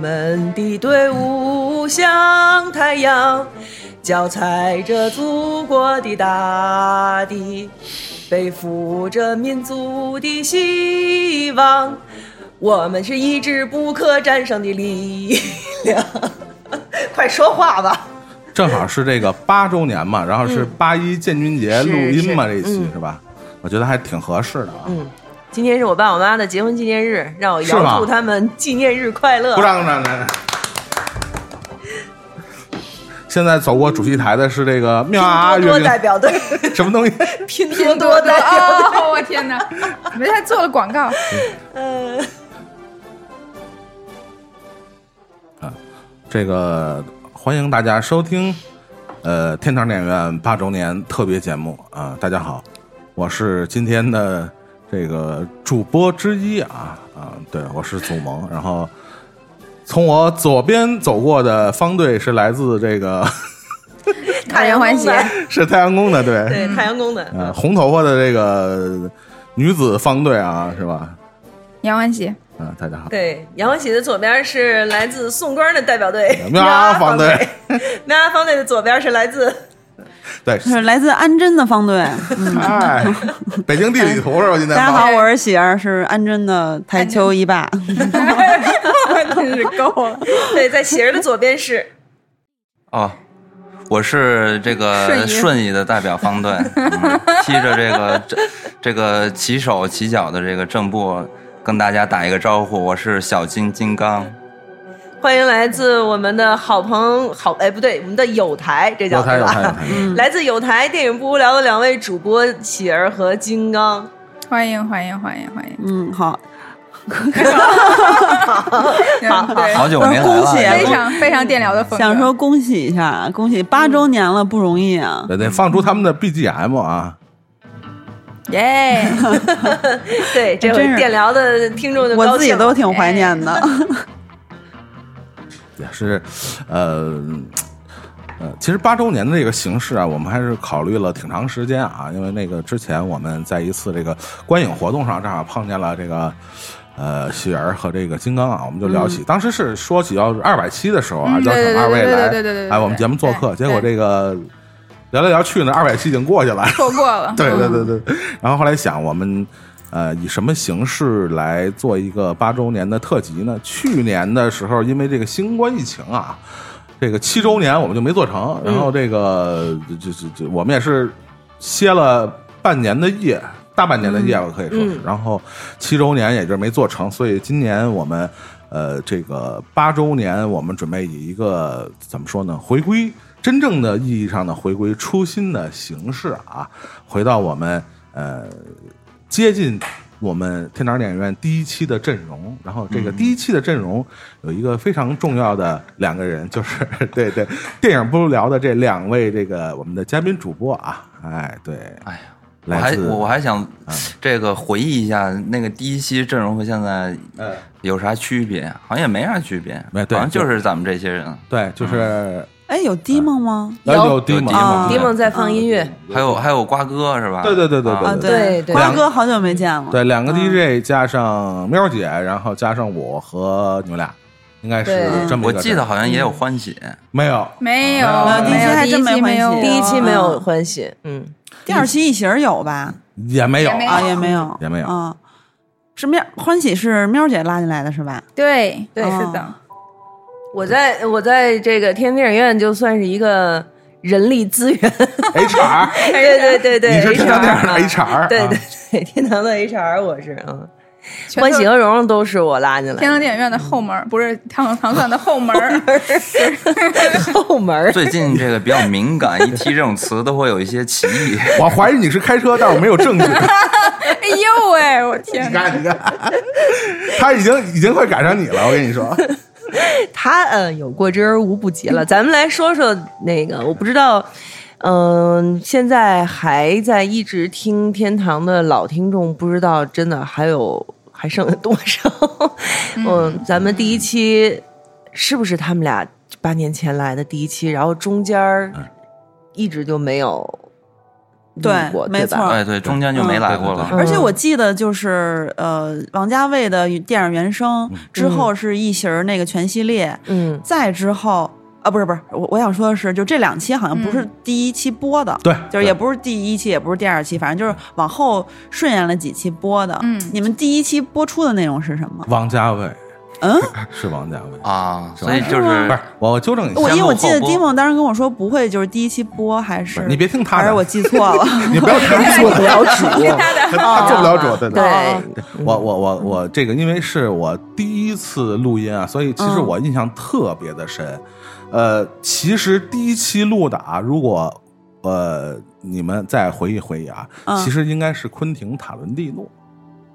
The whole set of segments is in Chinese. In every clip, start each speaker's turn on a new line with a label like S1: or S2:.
S1: 们的队伍像太阳，脚踩着祖国的大地，背负着民族的希望。我们是一支不可战胜的力量。 快说话吧！
S2: 正好是这个八周年嘛，然后
S1: 嗯
S2: 是八一建军节录音嘛，这期是吧？我觉得还挺合适的啊。
S1: 嗯，今天是我爸我妈的结婚纪念日，让我
S2: 是吗
S1: 遥祝他们纪念日快乐
S2: 鼓。掌鼓掌，来来。现在走过主席台的是这个妙啊
S1: 多
S2: 乐
S1: 多代
S2: 队，
S1: 表队，
S2: 什么东西？
S1: 拼多
S3: 拼
S1: 多
S3: 多多
S1: 代表队。
S3: 哦！我天哪，你们还做了广 告，
S1: 呃，
S2: 这个欢迎大家收听，呃，天堂电影院八周年特别节目啊、大家好，我是今天的这个主播之一啊啊，对，我是祖萌。然后从我左边走过的方队是来自这个
S3: 讨人欢喜。
S2: 是太阳宫的，对，
S1: 对，太阳宫的。
S2: 呃，红头发的这个女子方队啊，是吧？
S3: 杨欢喜，
S2: 啊、大家好，
S1: 对，杨欢喜的左边是来自宋庄的代表队
S2: 喵啊方队，
S1: 喵啊方队的左边是来自
S2: 对，
S4: 是来自安贞的 方队。嗯，
S2: 哎，北京地理图是吧？今天
S4: 大家好，
S2: 放
S4: 我是喜儿，是安贞的台球
S1: 嗯
S4: 一霸。
S3: 真是够了。
S1: 对，在喜儿的左边是
S5: 哦，我是这
S3: 顺
S5: 个
S3: 义
S5: 顺义的代表方队， 嗯披着这个这这个齐手齐脚的这个正步，跟大家打一个招呼。我是小金金刚，
S1: 欢迎来自我们的好朋好哎不对，我们的友台这叫
S2: 有台
S1: 对
S2: 有台有
S1: 吧？
S2: 台，
S1: 来自友台电影不无聊的两位主播喜儿和金刚，
S3: 欢迎欢迎欢迎欢迎！
S4: 嗯，好，
S3: 嗯对，
S5: 好久没来
S4: 恭喜啊
S5: 了。哎
S3: 非常非常电疗的风格。
S4: 想说恭喜一下，恭喜
S1: 嗯
S4: 八周年了，不容易啊！
S2: 得得放出他们的 BGM 啊，
S3: 耶，
S1: 对，这
S4: 哎真
S1: 回
S4: 是
S1: 电聊的听众就
S4: 我
S1: 高
S4: 自己
S1: 兴啊
S4: 都
S1: 了。哎
S4: 挺怀念的。
S2: 也是，呃。呃，其实八周年的这个形式啊，我们还是考虑了挺长时间啊，因为那个之前我们在一次这个观影活动上，正好碰见了这个呃喜儿和这个金刚啊，我们就聊起，当时是说起要二百期的时候啊，
S3: 嗯
S2: 邀
S3: 对
S2: 请
S3: 对
S2: 二位
S3: 对对
S2: 来
S3: 对对对对
S2: 来哎我们节目做客，
S3: 对
S2: 结果这个聊来聊去呢，二百期已经过去了，
S3: 错过了。
S2: 对对对对。然后后来想，我们呃以什么形式来做一个八周年的特辑呢？去年的时候，因为这个新冠疫情啊，这个七周年我们就没做成。然后这个这这这，我们也是歇了半年的夜。大半年的夜吧，可以说是，然后七周年也就没做成，所以今年我们，呃，这个八周年，我们准备以一个怎么说呢，回归真正的意义上的回归初心的形式啊，回到我们呃接近我们天堂电影院第一期的阵容。然后这
S5: 嗯
S2: 个第一期的阵容有一个非常重要的两个人，就是 对对电影不如聊的这两位这个我们的嘉宾主播啊，哎对，
S5: 哎呀，我
S2: 来
S5: 还
S2: 自嗯
S5: 我我还想这个回忆一下那个第一期阵容和现在
S2: 呃
S5: 有啥区别？啊好像也没啥区别，
S2: 没对
S5: 好像就是咱们这些人。
S2: 对就是
S4: 哎，有 d 梦吗？
S2: 来
S1: 有
S2: 有迪
S5: 嗯有
S2: 蒙
S5: 迪蒙
S2: 啊
S1: 迪梦在放音乐，
S5: 还有还有瓜哥是吧？
S2: 对对对对
S5: 啊
S2: 对
S4: 啊，
S1: 对对
S4: 瓜哥好久没见了。
S2: 对
S1: 嗯
S2: 两个 DJ 加上喵姐，然后加上我和你们俩。应该是
S1: 对
S2: 这么一
S5: 我
S2: 个
S5: 记得
S2: 阵
S5: 好像也有欢喜，
S2: 没有，
S3: 没有
S2: 啊，
S3: 没有
S4: 第一期还真没
S3: 没有
S4: 欢
S3: 我，
S4: 喜
S1: 第一期没有欢喜，嗯，
S4: 第二期一喜儿有吧？
S2: 也没有
S3: 也没有
S2: 啊
S4: 啊，也没有，
S2: 也没有
S4: 啊。是喵欢喜是喵姐拉进来的是吧？
S3: 对对
S4: 哦
S3: 是的，
S1: 我在我在这个天电影院就算是一个人力资源，
S2: ，HR，
S4: 哎
S1: 对对对对，
S2: 你是天堂电影的
S1: HR 啊
S2: HR，
S1: 对
S2: 啊
S1: 对 对，天堂的 HR 我是嗯，
S3: 全
S1: 欢
S3: 都
S1: 喜和蓉蓉都是我拉进来的，
S3: 天堂电影院的后门儿，不是唐唐蒜的后门儿。
S1: 后门儿
S5: 最近这个比较敏感，一提这种词都会有一些歧义。
S2: 我怀疑你是开车，但我没有证据。
S3: 哎呦喂，我天
S2: 你
S3: 哪！
S2: 看，你看，他已经已经快赶上你了，我跟你说。
S1: 他嗯有过之而无不及了。咱们来说说那个，我不知道，嗯、现在还在一直听天堂的老听众，不知道真的还有还剩下多少？ 嗯，咱们第一期是不是他们俩八年前来的第一期？然后中间儿一直就没有
S4: 对
S6: 过，
S4: 没
S6: 对吧
S4: 错。
S5: 哎，对，中间就
S4: 啊
S5: 没来过
S2: 嗯
S5: 了。
S4: 而且我记得就是呃，王家卫的电影原声
S2: 嗯
S4: 之后是一型儿那个全系列，
S6: 嗯，
S4: 再之后啊，不是不是，我我想说的是，就这两期好像不是第一期播的，
S2: 对
S4: 就是也
S2: 对
S4: 不是第一期，也不是第二期，反正就是往后顺延了几期播的。
S3: 嗯
S4: 你们第一期播出的内容是什么？
S2: 王家卫
S4: 嗯，
S2: 是王家卫，
S5: 啊，所以就
S2: 不是
S5: 是
S2: 我我纠正一下
S4: 我，因为我记得
S5: 后播
S4: Dimo 当时跟我说不会，就是第一期播还
S2: 不
S4: 是
S2: 是你别听他
S4: 还是
S2: 的，
S4: 我记错了。
S2: 你不要听他
S6: 做不了
S3: 听
S6: 主，
S3: 他的，
S2: 啊他做不了
S1: 哦
S2: 主，对
S6: 啊对，
S2: 我我我我这个，因为是我第一次录音啊，所以其实
S4: 嗯
S2: 我印象特别的深。呃，其实第一期录的啊，如果呃你们再回忆回忆啊，
S4: 嗯
S2: 其实应该是昆汀·塔伦蒂诺，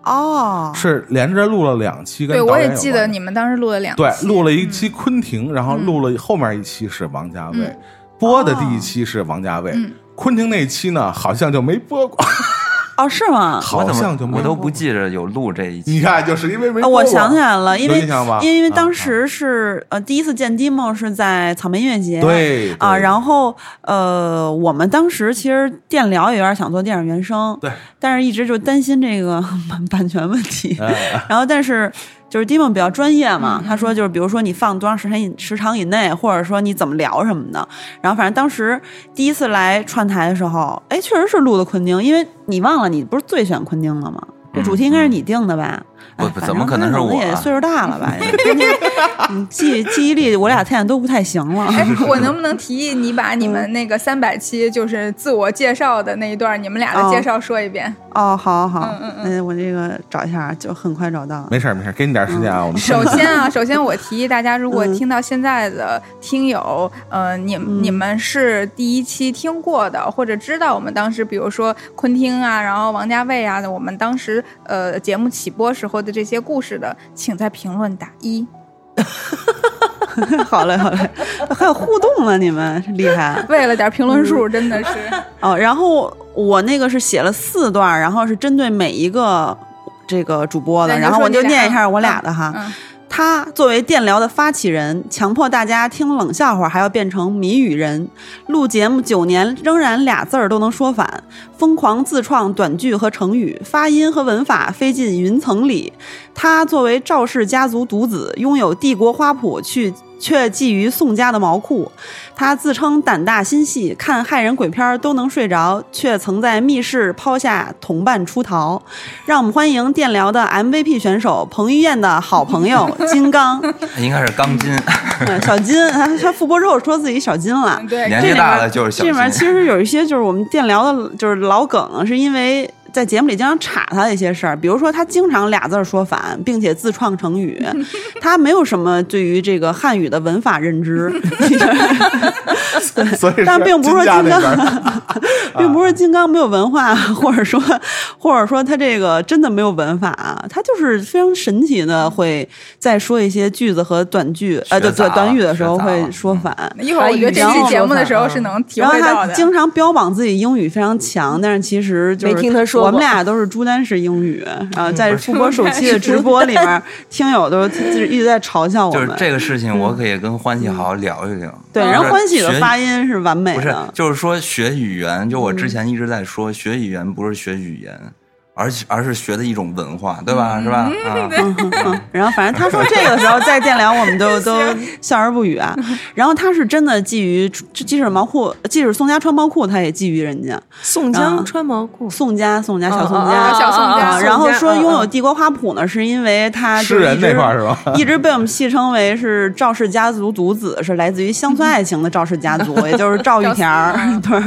S4: 哦，
S2: 是连着录了两期跟
S3: 对，
S2: 导
S3: 我
S2: 演
S3: 也
S2: 有
S3: 记
S2: 关
S3: 得
S2: 的
S3: 你们当时录了两期，
S2: 对录了一
S4: 嗯
S2: 期昆汀，然后录了后面一期是王家卫。
S4: 嗯
S2: 播的
S4: 哦
S2: 第一期是王家卫，
S3: 嗯
S2: 昆汀那期呢好像就没播过，
S4: 哦，是吗？
S5: 我
S2: 好
S5: 怎
S2: 像就
S5: 么
S2: 没
S5: 我都
S2: 播
S5: 不记着有录这一
S2: 你
S5: 期。
S2: 看，就是因为没
S4: 啊，
S2: 播过。
S4: 我想起来了，因为
S2: 有印象吧
S4: 因为当
S2: 啊
S4: 时是呃第一次见 Dimo 是在草莓音乐
S6: 哎
S4: 节，
S2: 对
S4: 啊，
S2: 对
S4: 然后呃我们当时其实电聊也有点想做电影原声，
S2: 对，
S4: 但是一直就担心这个版版权问题，
S5: 啊
S2: 哎
S4: 然后但是。就是 Dimo 比较专业嘛，他说就是比如说你放多长时间以时长以内，或者说你怎么聊什么的。然后反正当时第一次来串台的时候，哎，确实是录的昆汀，因为你忘了你不是最选昆汀了吗？这主题应该是你定的吧？
S5: 嗯
S4: 哎
S5: 不不
S4: 反
S5: 怎么
S4: 正
S5: 可能是我
S4: 也
S5: 啊
S4: 岁数大了吧？嗯记记忆力，我俩现在都不太行 了。
S3: 哎，我能不能提议你把你们那个三百期就是自我介绍的那一段，你们俩的介绍说一遍？
S4: 哦，好好好，
S3: 嗯嗯
S4: 嗯，我这个找一下，就很快找到。
S2: 没事儿没事儿，给你点时间啊，我们
S3: 首先啊，首先我提议大家，如果
S4: 嗯
S3: 听到现在的听友，呃，你你们是第一期听过的，或者知道我们当时，比如说昆汀啊，然后王家卫啊，我们当时呃节目起播时候的这些故事的，请在评论打一。
S4: 好嘞，好嘞，还有互动呢，你们厉害啊
S3: 为了点评论数，
S4: 嗯
S3: 真 的是
S4: 哦。然后我那个是写了四段儿，然后是针对每一个这个主播的，
S3: 那你
S4: 然后
S3: 说
S4: 我
S3: 你
S4: 就
S3: 俩
S4: 念一下
S3: 嗯
S4: 我俩的哈。
S3: 嗯
S4: 他作为电疗的发起人，强迫大家听冷笑话还要变成谜语人，录节目九年仍然俩字儿都能说反，疯狂自创短句和成语，发音和文法飞进云层里。他作为赵氏家族独子，拥有帝国花圃去。却觊觎宋家的毛裤，他自称胆大心细，看害人鬼片儿都能睡着，却曾在密室抛下同伴出逃。让我们欢迎电疗的 MVP 选手彭于晏的好朋 友金刚，
S5: 应该是钢筋，
S4: 嗯小金，他他复播之后说自己小金了。
S3: 对，
S5: 年
S4: 这
S5: 纪
S4: 里
S5: 大
S4: 面
S5: 了就是小
S4: 这里面其
S5: 金。
S4: 实有一些就是我们电疗的，就是老梗啊，是因为在节目里经常插他的一些事儿，比如说他经常俩字儿说反，并且自创成 语，他没有什么对于这个汉语的文法认 知，
S6: 嗯
S2: 所以是
S4: 但并不是说
S2: 家
S4: 金
S2: 那
S4: 刚
S2: 边儿
S5: 啊
S4: 并
S5: 嗯
S4: 不是金刚没有文化，或者说，或者说他这个真的没有文法啊，他就是非常神奇的会在说一些句子和短句，呃，
S5: 嗯学
S4: 对短
S5: 杂了
S4: 短语的时候
S5: 学杂了嗯
S4: 会说反。
S3: 一会儿我觉得这期节目的时候是能体
S4: 嗯然后
S3: 会到
S4: 他
S3: 的。
S4: 经常标榜自己英语非常强，但是其实就是
S6: 没听他说过
S4: 我们俩都是朱丹式英 语。然
S5: 嗯
S4: 后在复播首期的直播里面，听友都就是一直在嘲笑我
S5: 就是
S4: 们。嗯
S5: 这个事情，我可以跟欢喜好好聊一聊。
S4: 对，然后欢喜的
S5: 学
S4: 发嗯音是完美
S5: 不是
S4: 的，，
S5: 就是说学语言，就我之前一直在说，学语言不是学语言，而且而是学的一种文化，对吧？是吧？ 啊，
S4: 嗯，然后反正他说这个的时候，在电聊我 们都都笑而不语啊。然后他是真的觊觎，即使毛裤，即使宋家穿毛裤，他也觊觎人家。
S6: 宋江穿毛裤，
S4: 宋家，宋家，小宋
S6: 哦哦
S4: 家，
S6: 哦
S3: 小宋家
S4: 啊
S3: 宋
S4: 然后说拥有
S6: 嗯
S4: 帝国花圃呢，是因为他就
S2: 诗人
S4: 一直
S2: 那块儿是吧？
S4: 一直被我们戏称为是赵氏家族独子，是来自于乡村爱情的赵氏家 族，也就是赵玉田儿。 对，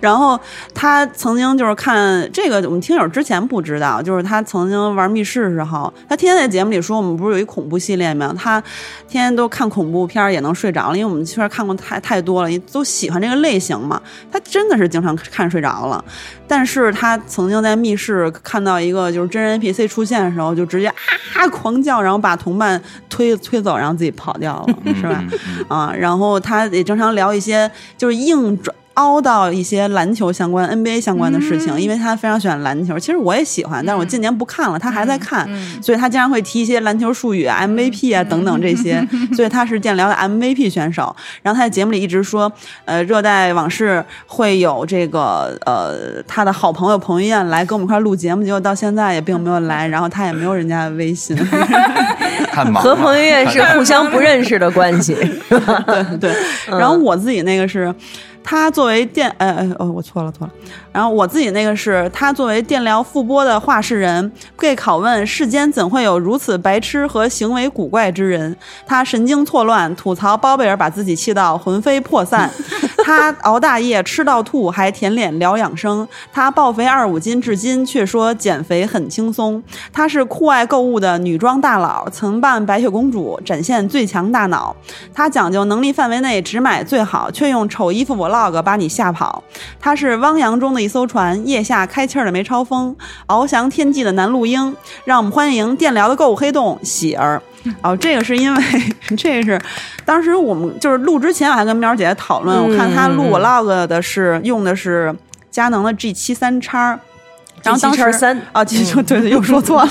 S4: 然后他曾经就是看这个，我们听友之前不知道，就是他曾经玩密室的时候，他天天在节目里说我们不是有一恐怖系列吗？他天天都看恐怖片儿也能睡着了，因为我们确实看过太太多了，也都喜欢这个类型嘛。他真的是经常看睡着了，但是他曾经在密室看到一个就是真人 NPC 出现的时候，就直接啊狂叫，然后把同伴推推走，然后自己跑掉了，是吧？
S5: 嗯嗯嗯
S4: 啊，然后他也经常聊一些就是硬转。凹到一些篮球相关、NBA 相关的事情，因为他非常喜欢篮球。其实我也喜欢，但是我近年不看了，他还在看，所以他经常会提一些篮球术语啊、MVP 啊等等这些。所以他是健聊的 MVP 选手。然后他在节目里一直说，呃，热带往事会有这个呃他的好朋友彭于晏来跟我们一块儿录节目，结果到现在也并没有来，然后他也没有人家的微信。
S5: 太忙
S6: 和
S5: 了。
S6: 彭于晏是互相不认识的关 系，
S4: 对对，然后我自己那个是，他作为电呃呃哦我错了错了，然后我自己那个是他作为电疗复播的话事人，被拷问世间怎会有如此白痴和行为古怪之人？他神经错乱，吐槽包贝尔把自己气到魂飞魄散，他熬大夜吃到吐，还舔脸聊养生，他暴肥二五斤至今，却说减肥很轻松。她是酷爱购物的女装大佬，曾扮白雪公主，展现最强大脑。她讲究能力范围内只买最好，却用丑衣服 vlog 把你吓跑。她是汪洋中的一艘船，腋下开气儿的梅超风，翱翔天际的南陆鹰。让我们欢迎电疗的购物黑洞喜儿。哦，这个是因为 这个是当时我们就是录之前，我还跟喵姐讨论，我看她录 vlog 的是用的是佳能的 G 七三叉。然后当时
S6: G7 三
S4: 啊，记住，对对，又说错了。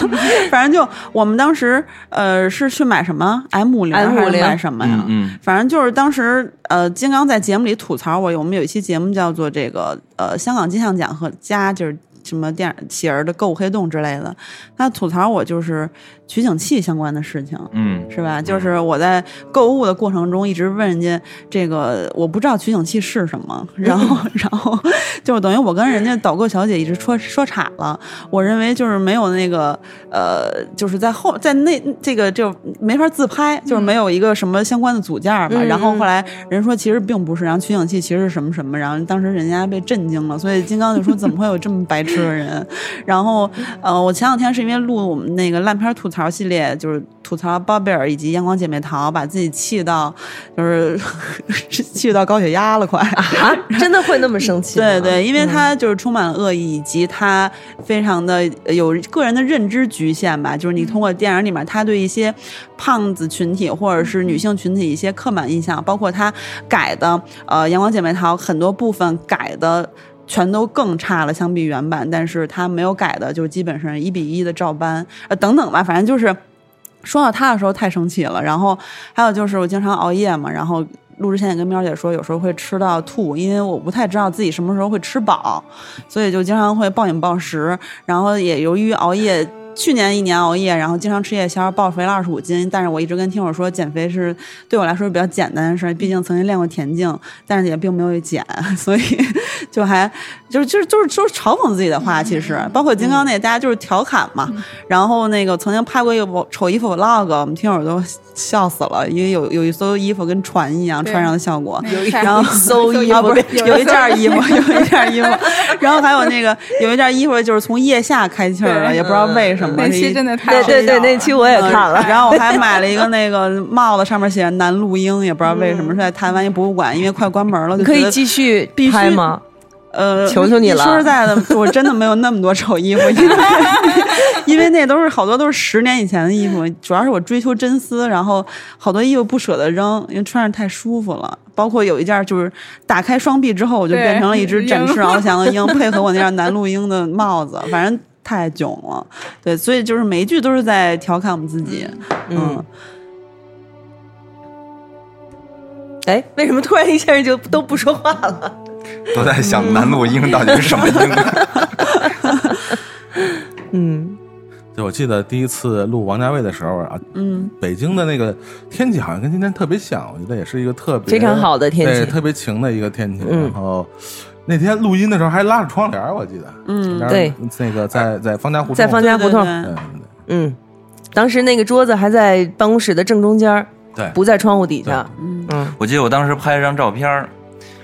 S4: 反正就我们当时呃是去买什么 M 五零
S6: M50
S4: 还是买什么呀？
S5: 嗯
S4: 反正就是当时呃，金刚在节目里吐槽我，我们有一期节目叫做这个呃香港金像奖和加就是。什么电影喜儿的购物黑洞之类的，他吐槽我就是取景器相关的事情，
S5: 嗯
S4: 是吧？就是我在购物的过程中一直问人家这个，我不知道取景器是什么，然后然后就是等于我跟人家导购小姐一直说说岔了。我认为就是没有那个呃，就是在后在那这个就没法自拍，就是没有一个什么相关的组件吧。然后后来人说其实并不是，然后取景器其实是什么什么，然后当时人家被震惊了，所以金刚就说怎么会有这么白痴的人？ 然后呃，我前两天是因为录我们那个烂片吐槽系列，就是吐槽包贝尔以及阳光姐妹淘，把自己气到就是 气到高血压了，快。
S6: 啊，真的会那么生
S1: 啊
S6: 气吗？嗯
S4: 对对，因
S1: 嗯
S4: 为他就是充满了恶意，以及他非常的有个人的认知局限吧。就是你通过电影里面，他对一些胖子群体或者是女性群体一些刻板印象，包括他改的呃《阳光姐妹淘》很多部分改的。全都更差了，相比原版，但是他没有改的，就基本上一比一的照搬，呃，等等吧，反正就是说到他的时候太生气了，然后还有就是我经常熬夜嘛，然后录之前也跟喵姐说，有时候会吃到吐，因为我不太知道自己什么时候会吃饱，所以就经常会暴饮暴食，然后也由于熬夜。去年一年熬夜，然后经常吃夜宵，暴肥了二十五斤。但是我一直跟听友说，减肥是对我来说比较简单的事儿，毕竟曾经练过田径，但是也并没有减， 所以就还就是就是就是就是嘲讽自己的话，其实包括金刚那个大家就是调侃嘛。然后那个曾经拍过一个丑衣服 vlog，我们听友都笑死了，因为有有一艘衣服跟船一样
S3: 对
S4: 穿上的效果。
S3: 有一
S4: 然后
S6: 搜衣
S4: 啊，不
S6: 服
S4: 是
S6: 有
S4: 有一件衣服， 有一件衣服，然后还有那个有一件衣服就是从腋下开气儿了，
S3: 对
S4: 也不知道为什么。
S3: 那
S4: 是一
S3: 期真的太
S6: 对
S3: 好
S6: 对对，
S3: 笑了
S6: 那期我也看了
S4: 嗯。 然后我还买了一个那个帽子，上面写着南陆鹰，也不知道为什么是在台湾一博物馆，因为快关门了，就
S6: 你可
S4: 觉
S6: 以
S4: 得
S6: 继续
S4: 必须
S6: 拍吗？
S4: 呃，
S6: 求求你了
S4: 说实在的，我真的没有那么多丑衣服，因为 因为那都是好多都是十年以前的衣服，主要是我追求真丝，然后好多衣服不舍得扔，因为穿上太舒服了。包括有一件就是打开双臂之后，我就
S3: 对
S4: 变成了一只展翅
S3: 鹰
S4: 翱翔的鹰，配合我那件南陆鹰的帽子，反正太囧了。对，所以就是每一句都是在调侃我们自己。嗯，
S6: 哎，为什么突然一下就都不说话了？
S5: 都在想南陆鹰到底是什么鹰。
S6: 嗯，
S2: 就我记得第一次录王家卫的时候啊，嗯，北京的那个天气好像跟今天特别像，我觉得也是一个特别
S6: 非常好的天气
S2: 对特别晴的一个天气。
S6: 嗯
S2: 然后那天录音的时候还拉着窗帘儿，我记得，嗯，
S6: 对，
S2: 那个在在方家胡同，
S6: 在方家胡
S4: 对对
S6: 同，
S4: 对
S2: 嗯，
S6: 嗯，当时那个桌子还在办公室的正中间儿，
S2: 对，
S6: 不在窗户底下。
S5: 我记得我当时拍了张照片儿，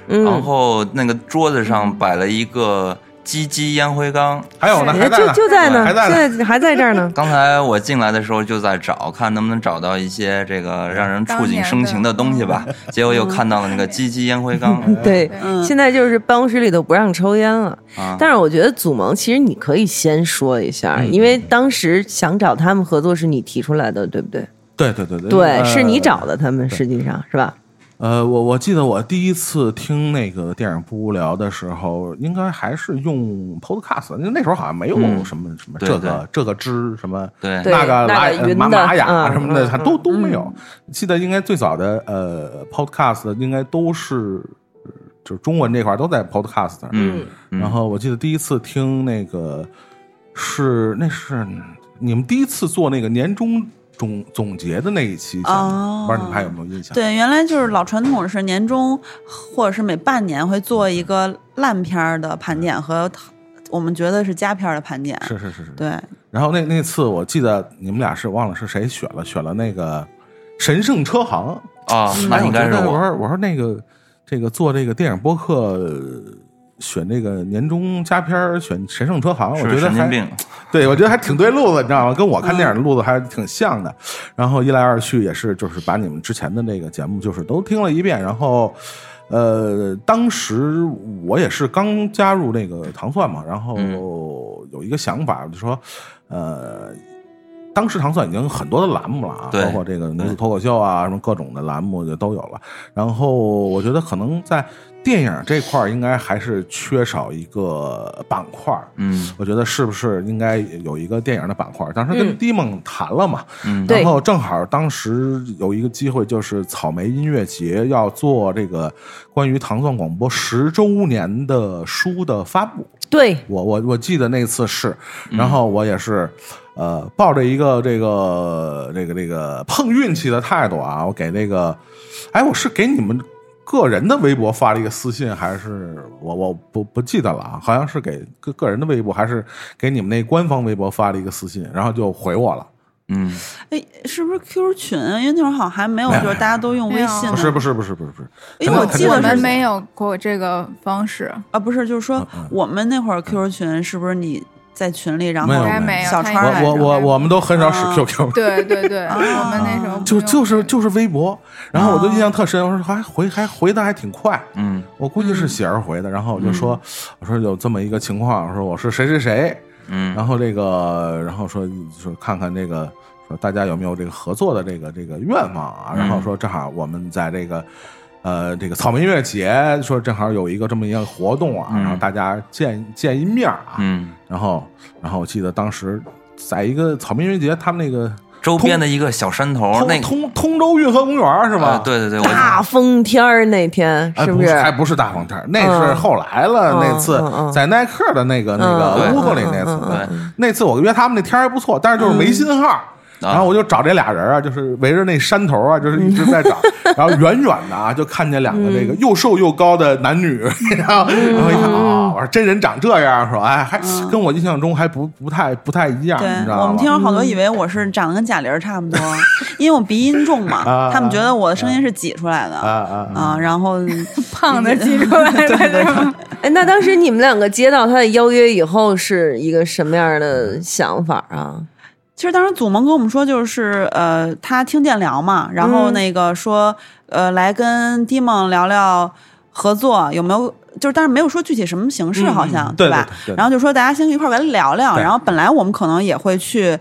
S5: 然
S6: 嗯，
S5: 后那个桌子上摆了一个鸡鸡烟灰缸。
S2: 还有呢，还在
S6: 哎就
S2: 呢，
S6: 就在呢，
S2: 还在呢
S6: 现在还在这儿呢。
S5: 刚才我进来的时候就在找，看能不能找到一些这个让人触景生情的东西吧。结果又看到了那个鸡鸡烟灰缸
S6: 对，
S4: 嗯
S6: 现在就是办公室里头不让抽烟了。
S5: 啊，
S6: 但是我觉得祖萌其实你可以先说一下，因为当时想找他们合作是你提出来的，对不对？
S2: 对对对对
S6: 对，是你。
S2: 呃
S6: 找的他们，实际上是吧？
S2: 呃，我我记得我第一次听那个电影不无聊的时候，应该还是用 Podcast，因为那时候好像没有
S5: 嗯
S2: 什么、什么
S5: 对
S2: 这
S5: 对
S2: 个这个知什么
S5: 对
S2: 那个
S6: 对
S2: 玛
S6: 那个云
S2: 玛
S6: 的
S2: 玛雅
S6: 嗯
S2: 什么的，还都都没有。记得应该最早的呃 Podcast 应该都是呃就是中文这块儿都在 Podcast 上。
S5: 嗯，嗯
S2: 然后我记得第一次听那个是那是你们第一次做那个年终总总结的那一期节目，
S4: 哦
S2: 不知道你们还有没有印象？
S4: 对，原来就是老传统是年终或者是每半年会做一个烂片儿的盘点和我们觉得是佳片儿的盘点。
S2: 是是是是。
S4: 对，
S2: 然后那那次我记得你们俩是忘了是谁选了，选了那个神圣车行。
S5: 哦，
S2: 哎
S5: 那应该是
S2: 我觉得我
S5: 我，
S2: 说我说那个这个做这个电影播客呃选这个年终佳片儿选神圣车行，我
S5: 是
S2: 觉得
S5: 神
S2: 还
S5: 经病，
S2: 对，我觉得还挺对路子，你知道吗？跟我看电影的路子还挺像的。然后一来二去也是，就是把你们之前的那个节目就是都听了一遍，然后。呃，当时我也是刚加入那个糖蒜嘛，然后有一个想法，就说，呃，当时糖蒜已经很多的栏目了啊，
S5: 对
S2: 包括这个女子脱口秀啊，什么各种的栏目就都有了。然后我觉得可能在电影这块儿应该还是缺少一个板块儿，
S5: 嗯
S2: 我觉得是不是应该有一个电影的板块？当时跟
S6: 嗯
S2: 迪梦谈了嘛，
S5: 嗯，
S6: 对
S2: 然后正好当时有一个机会，就是草莓音乐节要做这个关于糖蒜广播十周年的书的发布。
S6: 对，
S2: 我我我记得那次是，然后我也是，呃，抱着一个这个这个这个碰运气的态度啊，我给那个，哎，我是给你们个人的微博发了一个私信，还是我我不不记得了啊，好像是给个个人的微博，还是给你们那官方微博发了一个私信，然后就回我了，
S5: 嗯，
S4: 哎，是不是 QQ 群啊？因为那会儿好像还没有，就是大家都用微信
S2: 不
S4: 呢。
S2: 是不是不是不是不是，
S4: 因
S2: 可
S4: 为
S2: 能
S4: 我
S2: 可
S4: 记
S2: 能
S4: 得
S3: 我
S4: 是
S3: 们没有过这个方式，
S4: 啊，不是，就是
S2: 嗯
S4: 说我们那会儿 QQ 群是不是你在群里，然后
S2: 没有
S3: 应该没有。
S4: 小
S3: 他
S4: 川
S3: 应该
S4: 来
S2: 我我
S3: 没有
S2: 我我们都很少使
S4: 啊
S2: QQ，、
S3: 对对对，我
S4: 啊
S3: 们那时候
S2: 就
S3: 不用
S2: 就是
S3: 这个
S2: 就是微博，然后我就印象特深，我说还回还回的还挺快，
S5: 嗯
S2: 我估计是写而回的，然后我就说，我说有这么一个情况，我说我是谁谁谁，
S5: 嗯，
S2: 然后这个，然后说说看看这个，说大家有没有这个合作的这个这个愿望啊，然后
S5: 嗯
S2: 说正好我们在这个。呃，这个草莓音乐节说正好有一个这么一个活动啊，
S5: 嗯
S2: 然后大家见见一面啊，
S5: 嗯，
S2: 然后然后我记得当时在一个草莓音乐节，他们那个
S5: 周边的一个小山头，
S2: 通
S5: 哦那
S2: 通通州运河公园是吧
S5: 啊？对对对，我
S6: 大风天儿那天
S2: 哎，
S6: 是
S2: 不
S6: 是？
S2: 还不是大风天儿，那是后来了。
S6: 嗯
S2: 那次
S6: 嗯嗯
S2: 在耐克的那个那
S5: 嗯
S2: 个
S5: 对
S2: 屋子里那
S6: 嗯嗯
S5: 对
S2: 次，那次我约他们那天儿还不错，但是就是没信号。然后我就找这俩人啊，就是围着那山头啊，就是一直在找。 然后远远的啊，就看见两个这个又瘦又高的男女， 然后然后一看啊，我说真人长这样，说哎，还跟我印象中还不不太不太一样，
S4: 对
S2: 你知
S4: 我
S2: 道
S4: 们
S2: 吗
S4: 听？友好多以为我是长得跟贾玲儿 差不多，因为我鼻音重嘛
S2: 啊，
S4: 他们觉得我的声音是挤出来的
S2: 啊啊啊！
S4: 啊，然后
S3: 胖的挤出来的是吗？
S6: 哎，那当时你们两个接到他的邀约以后，是一个什么样的想法啊？
S4: 其实当时祖萌跟我们说，就是呃，他听电聊嘛，然后
S6: 嗯
S4: 那个说，呃，来跟 d i m o n 聊聊合作有没有。就是，但是没有说具体什么形式，好像、
S2: 嗯对
S4: 吧？
S2: 对对对
S4: 然后就说大家先一块儿来聊聊。
S2: 对
S4: 然后本来我们可能也会去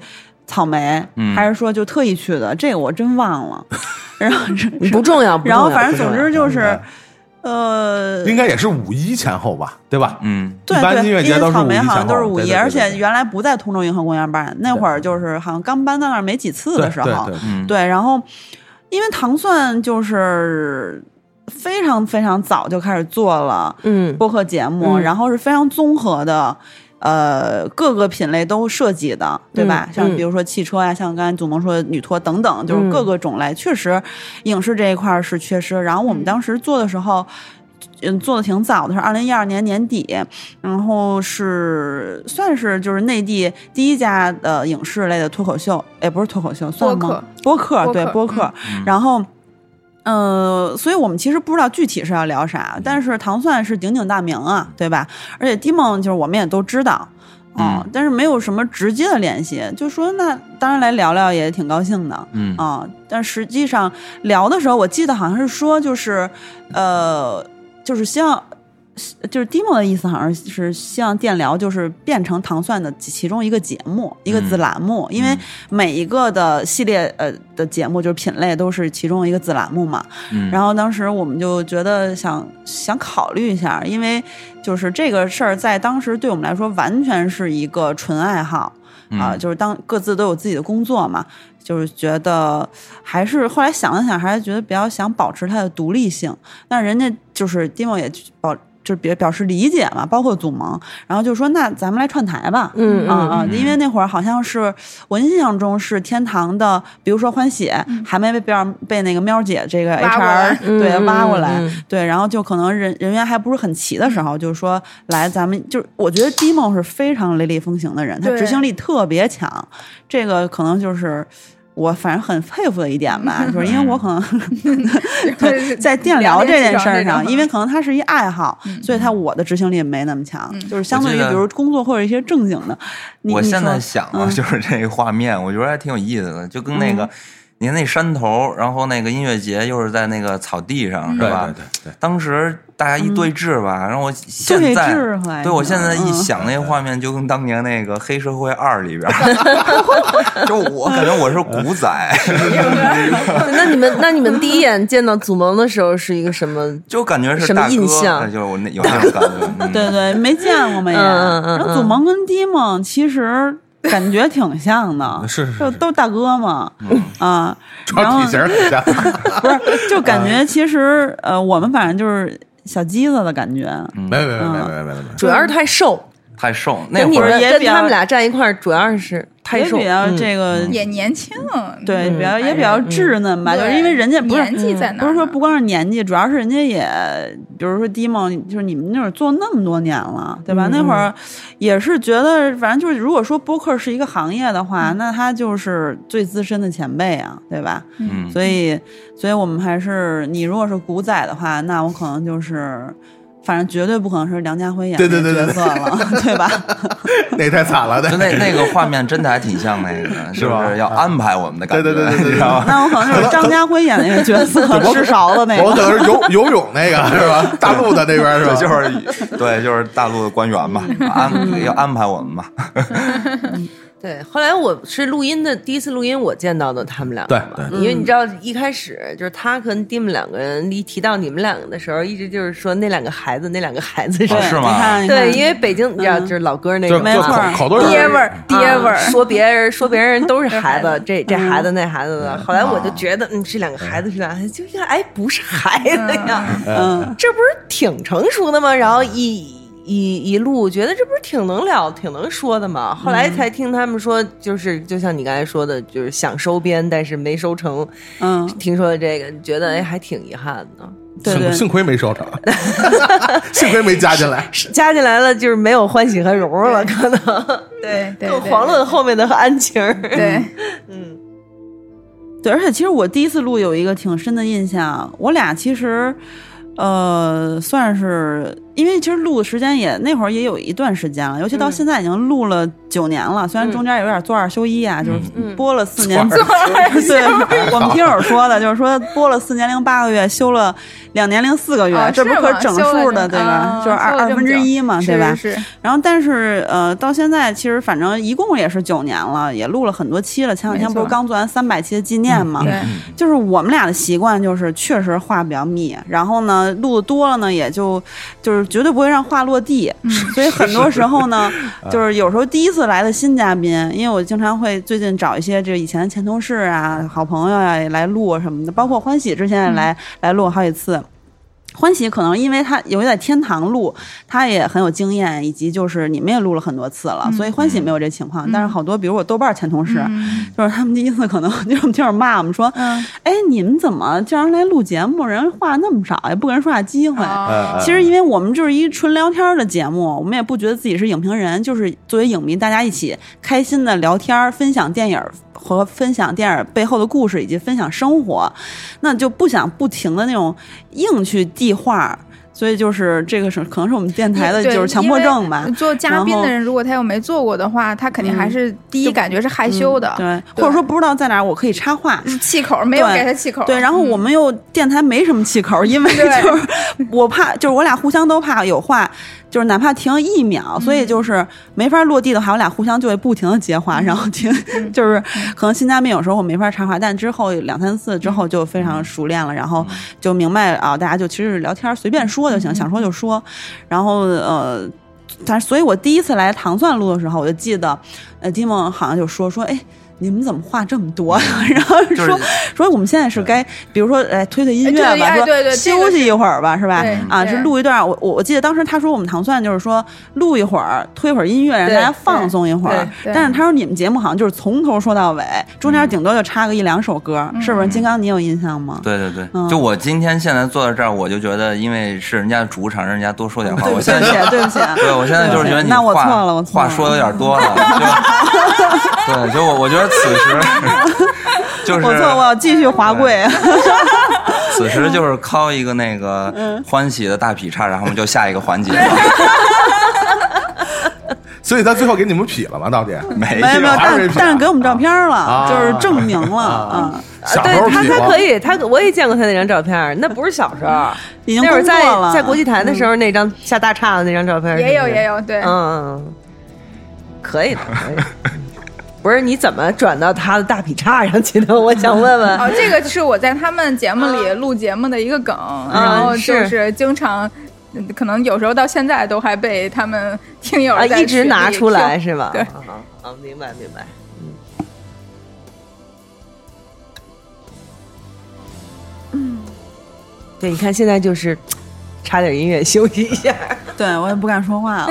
S4: 草莓，
S5: 嗯
S4: 还是说就特意去的？这个我真 忘了。然后是，
S6: 不重要，不
S4: 然后
S6: 重要
S4: 反正总之就是，呃，
S2: 应该也是五一前后吧，对吧？
S5: 嗯
S4: 对
S2: 一般音乐
S4: 对，
S2: 节
S4: 因
S2: 都是
S4: 为草
S2: 五
S4: 莓
S2: 一
S4: 好像
S2: 前
S4: 都是
S2: 后
S4: 五
S2: 对
S4: 一，
S2: 对对
S4: 而
S2: 对
S4: 且
S2: 对
S4: 原来不在通州银河公园办，那会儿就是好像刚搬到那儿没几次的时
S2: 对对
S4: 候
S2: 对，
S5: 嗯，
S4: 对，然后因为糖蒜就是非常非常早就开始做了
S6: 嗯
S4: 播客节目，
S6: 嗯
S4: 然后是非常综合的。呃，各个品类都涉及的，对吧？
S6: 嗯
S4: 像比如说汽车呀、啊像刚才祖萌说的女托等等，就是
S6: 嗯
S4: 各个种类，确实影视这一块儿是缺失。然后我们当时做的时候，嗯，做的挺早的，是二零一二年年底，然后是算是就是内地第一家的影视类的脱口秀，也不是脱口秀，算
S3: 播
S4: 吗
S3: 客？
S4: 播客，对，播
S3: 播客
S4: 客。
S5: 嗯
S4: 然后，呃，所以我们其实不知道具体是要聊啥，
S5: 嗯
S4: 但是糖蒜是鼎鼎大名啊，对吧？而且 Dimon 就是我们也都知道。啊，
S5: 嗯
S4: 但是没有什么直接的联系，就说那当然来聊聊也挺高兴的，
S5: 嗯
S4: 啊、但实际上聊的时候，我记得好像是说，就是，呃，就是希望就是 demo 的意思，好像是希望电疗就是变成糖蒜的其中一个节目，一个子栏目，
S5: 嗯
S4: 因为每一个的系列呃的节目就是品类都是其中一个子栏目嘛。
S5: 嗯，
S4: 然后当时我们就觉得想想考虑一下，因为就是这个事儿在当时对我们来说完全是一个纯爱好啊、
S5: 嗯
S4: 就是当各自都有自己的工作嘛，就是觉得还是后来想了想，还是觉得比较想保持它的独立性。但人家就是 Dimo 也保就是表表示理解嘛，包括祖萌，然后就说那咱们来串台吧，
S1: 嗯
S4: 啊啊、
S5: 嗯
S4: 因为那会儿好像是我印象中是天堂的，比如说欢喜、还没被被让被那个喵姐这个
S3: 挖过
S4: HR
S3: 来
S4: 对
S1: 嗯
S4: 挖过来，
S1: 嗯
S4: 对，然后就可能人人员还不是很齐的
S3: 嗯
S4: 时候，就说来咱们就是我觉得 Dimo 是非常雷厉风行的人，他
S3: 对
S4: 执行力特别强，这个可能就是。我反正很佩服的一点吧，就是因为我可 能
S3: 就是
S4: 在电疗这件事儿
S3: 两点起床
S4: 上，
S3: 这种 嗯
S4: 因为可能它是一爱好，所以它我的执行力没那么强，就是相对于
S5: 我记得
S4: 比如工作或者一些正经的，你
S5: 我
S4: 你
S5: 现在
S4: 说嗯
S5: 想啊，就是这个画面，我觉得还挺有意思的，就跟那个。你看那山头，然后那个音乐节又是在那个草地上，是
S2: 对
S5: 吧？
S2: 对对对，，
S5: 当时大家一对峙吧，然后我
S4: 嗯
S5: 现
S4: 对
S5: 在
S4: 峙还
S5: 对我现在
S4: 行
S5: 一
S4: 嗯
S5: 想那个画面，就跟当年那个《黑社会二》里边儿， 就我感觉我是古仔，
S1: 那你们那你们第一眼见到祖萌的时候是一个什 么？
S5: 就感觉是
S1: 什么
S5: 大哥，哎
S1: 印象
S5: 就是我那有那种感觉。嗯
S4: 对对，没见过嘛也。
S1: 嗯嗯嗯
S4: 然后祖萌跟迪梦其实感觉挺像的
S2: 是是是
S4: 就都是大哥嘛，啊，
S2: 主
S4: 然
S2: 要
S4: 后
S2: 体型儿很像，
S4: 不是，就感觉其实呃，我们反正就是小鸡子的感觉，
S2: 没没没没没没没，
S1: 主要是太瘦，
S5: 太瘦，那
S1: 跟你
S5: 会
S1: 们
S5: 儿
S4: 也
S1: 跟
S4: 比较
S1: 他们俩站一块儿，主要是太
S4: 也
S1: 瘦。
S4: 比较
S1: 嗯
S4: 这个
S3: 也年轻，
S4: 对，比较
S1: 嗯
S4: 也比较稚嫩吧，
S3: 嗯
S4: 就是因为人家不是
S3: 年纪在那儿呢
S4: 不是说不光是年纪，主要是人家也，比如说 d 梦，就是你们那会儿做那么多年了，对吧？
S1: 嗯
S4: 那会儿也是觉得，反正就是如果说播客是一个行业的
S1: 嗯
S4: 话，那他就是最资深的前辈啊，对吧？
S5: 嗯，
S4: 所以，所以我们还是你如果是古仔的话，那我可能就是。反正绝对不可能是梁家辉演的
S2: 对对对对
S4: 角色了， 对吧？
S2: 那太惨了，
S5: 就
S2: 对
S5: 那那个画面真的还挺像那个，
S2: 是
S5: 就
S2: 吧
S5: 是要安排我们的感
S2: 对
S5: 觉，
S2: 对对对对
S5: 你
S2: 对
S5: 知道吗？
S4: 那我可能就是张家辉演的那个角色，吃勺子那
S2: 我
S4: 个。
S2: 可能是 游游泳那个是吧？大陆的那边是吧？
S5: 就是对，就是大陆的官员嘛，
S4: 嗯
S5: 安要安排我们嘛。
S1: 对，后来我是录音的第一次录音，我见到的他们两个嘛
S2: 对
S1: 因为你知道一开始就是他跟 Dim 两个人一提到你们两个的时候，一直就是说那两个孩子，那两个孩子是
S5: 哦
S4: 对
S5: 是吗
S4: 你看，你看
S1: 对，因为北京你知道
S4: 嗯
S1: 就是老歌那个
S2: 就是
S4: 没
S2: 就
S4: 错嗯
S2: 口口头
S3: 爹味儿，爹味儿
S1: 啊，说别人说别人都是孩
S3: 都是
S1: 子
S3: 孩，
S1: 这这孩子那孩子的。后来我就
S4: 哦
S1: 觉得，嗯，这两个孩子是俩，就一看，哎，不是孩子呀，
S4: 嗯，
S1: 这不是挺成熟的
S3: 嗯
S1: 吗？然后一一一路觉得这不是挺能聊、挺能说的
S3: 嗯
S1: 吗？后来才听他们说，就是就像你刚才说的，就是想收编，但是没收成。
S4: 嗯，
S1: 听说这个，觉得
S3: 嗯
S1: 哎，还挺遗憾的。
S4: 对
S2: 幸
S4: 对，
S2: 幸亏没收成， 幸亏没加进来。
S1: 是加进来了，就是没有欢喜和蓉蓉了，可能
S3: 对对，
S1: 更
S3: 对
S1: 遑论后面的和安晴儿。
S3: 对，
S1: 嗯，
S4: 对，而且其实我第一次录有一个挺深的印象，我俩其实，呃，算是因为其实录的时间也那会儿也有一段时间了，尤其到
S3: 嗯
S4: 现在已经录了九年了，虽然中间有点做二休一啊，
S1: 嗯
S3: 嗯
S4: 就是播了四年，
S3: 啊
S4: 对，我们听友说的，就是说播了四年零八个月，休了两年零四个月，
S3: 哦
S4: 这
S3: 是
S4: 不可
S3: 吗
S4: 整
S3: 修了
S4: 数
S3: 这
S4: 的
S3: 么
S4: 对吧？
S3: 哦
S4: 就是二
S3: 修了
S4: 二
S3: 这么
S4: 分之
S3: 久
S4: 一嘛，对
S3: 是
S4: 吧？
S3: 是是，
S4: 然后，但是呃，到现在其实反正一共也是九年了，也录了很多期了。前两天
S3: 没
S4: 不
S3: 错嗯
S4: 是刚做完三百期的纪念嘛？
S3: 对，
S4: 就是我们俩的习惯就是确实话比较密，然后呢录的多了呢，也就就是绝对不会让话落地。所以很多时候呢， 就是有时候第一次来的新嘉宾，因为我经常会最近找一些这以前的前同事啊、好朋友啊也来录什么的，包括欢喜之前也来、来录好几次。欢喜可能因为他由于在天堂录，他也很有经验，以及就是你们也录了很多次了，所以欢喜没有这情况。但是好多，比如我豆瓣前同事，就是他们第一次可能就是我们听友骂我们说，
S3: 嗯
S4: 哎，你们怎么竟然来录节目，人话那么少，也不给人说话机会？
S3: 哦
S4: 其实，因为我们就是一纯聊天的节目，我们也不觉得自己是影评人，就是作为影迷，大家一起开心的聊天儿，分享电影儿和分享电影儿背后的故事，以及分享生活，那就不想不停的那种硬去递话儿。所以就是这个是可能是我们电台的
S3: 对
S4: 就是强迫症吧
S3: 因为。做嘉宾的人，如果他又没做过的话，他肯定还是第一感觉是害羞的，
S4: 嗯对，或者说不知道在哪儿，我可以插话。
S3: 气口没有
S4: 对
S3: 给他气口。
S4: 对，然后我
S3: 嗯
S4: 们又电台没什么气口，因为
S3: 对
S4: 就是我怕，就是我俩互相都怕有话，就是哪怕停一秒，所
S3: 嗯
S4: 以就是没法落地的话，我俩互相就会不停的接话，然后停，
S3: 嗯
S4: 就是可能新嘉宾有时候我没法插话，但之后两三次之
S3: 嗯
S4: 后就非常熟练了，然后就明白啊，大家就其实是聊天随便说就
S3: 嗯
S4: 行，想说就说，然后呃。但是，所以我第一次来糖蒜录的时候，我就记得，呃，金梦好像就说说，哎，你们怎么话这么多？啊 然后
S5: 就是
S4: 说说我们现在是该，比如说，哎，推推音乐
S3: 哎对对
S4: 吧，
S3: 哎
S4: 说
S3: 对对这个
S4: 休息一会儿吧，是吧
S3: 对？
S4: 啊，
S3: 对
S4: 是录一段。我我我记得当时他说我们糖蒜就是说录一会儿，推会儿音乐，让大家放松一会儿。
S3: 对对
S4: 但是他说你们节目好像就是从头说到尾，中
S5: 嗯
S4: 间顶多就插个一两首歌，是不
S3: 嗯
S4: 是？金刚，你有印象吗？
S5: 对对对，
S4: 嗯
S5: 就我今天现在坐在这儿，我就觉得，因为是人家的主场，让人家多说点话。我
S4: 对不
S5: 现在
S4: 起，
S5: 就
S4: 对不起。
S5: 对，我现在就是觉得你
S4: 那我
S5: 话
S4: 错了我错了
S5: 话说的有点 多了。就对，就我我觉得此时 就是
S4: 我错，我要继续滑跪。
S5: 此时就是敲一个那
S4: 嗯
S5: 个欢喜的大劈叉，然后我们就下一个 环节。
S2: 所以他最后给你们劈了吗？到底
S5: 嗯
S2: 没
S4: 没有没有，
S2: 还
S4: 但
S2: 是
S4: 是
S2: 劈
S4: 但是给我们照片了，
S2: 啊
S4: 就是证明了，啊，
S2: 小时候
S6: 对他，
S2: 劈
S6: 他
S2: 过
S6: 可以，他可我也见过他那张照片儿，那不是小时候，
S3: 嗯
S4: 已经
S6: 那会儿
S4: 工作
S6: 在
S4: 了，
S6: 在国际台的时候，那张下大叉的那张照片
S3: 也有也
S6: 有，
S3: 有，对，
S6: 嗯，可以的，可以的。不是你怎么转到他的大劈叉上去的？我想问问。
S3: 哦，这个是我在他们节目
S2: 嗯
S3: 里录节目的一个梗，然后就是是经常，嗯可能有时候到现在都还被他们 听友
S6: 啊，
S3: 在
S6: 一直
S3: 群里
S6: 拿出来
S3: 听
S6: 是吧？
S3: 对
S6: 啊，啊啊明白明白。嗯，对，你看现在就是插点音乐休息一下。
S4: 对我也不敢 说话了。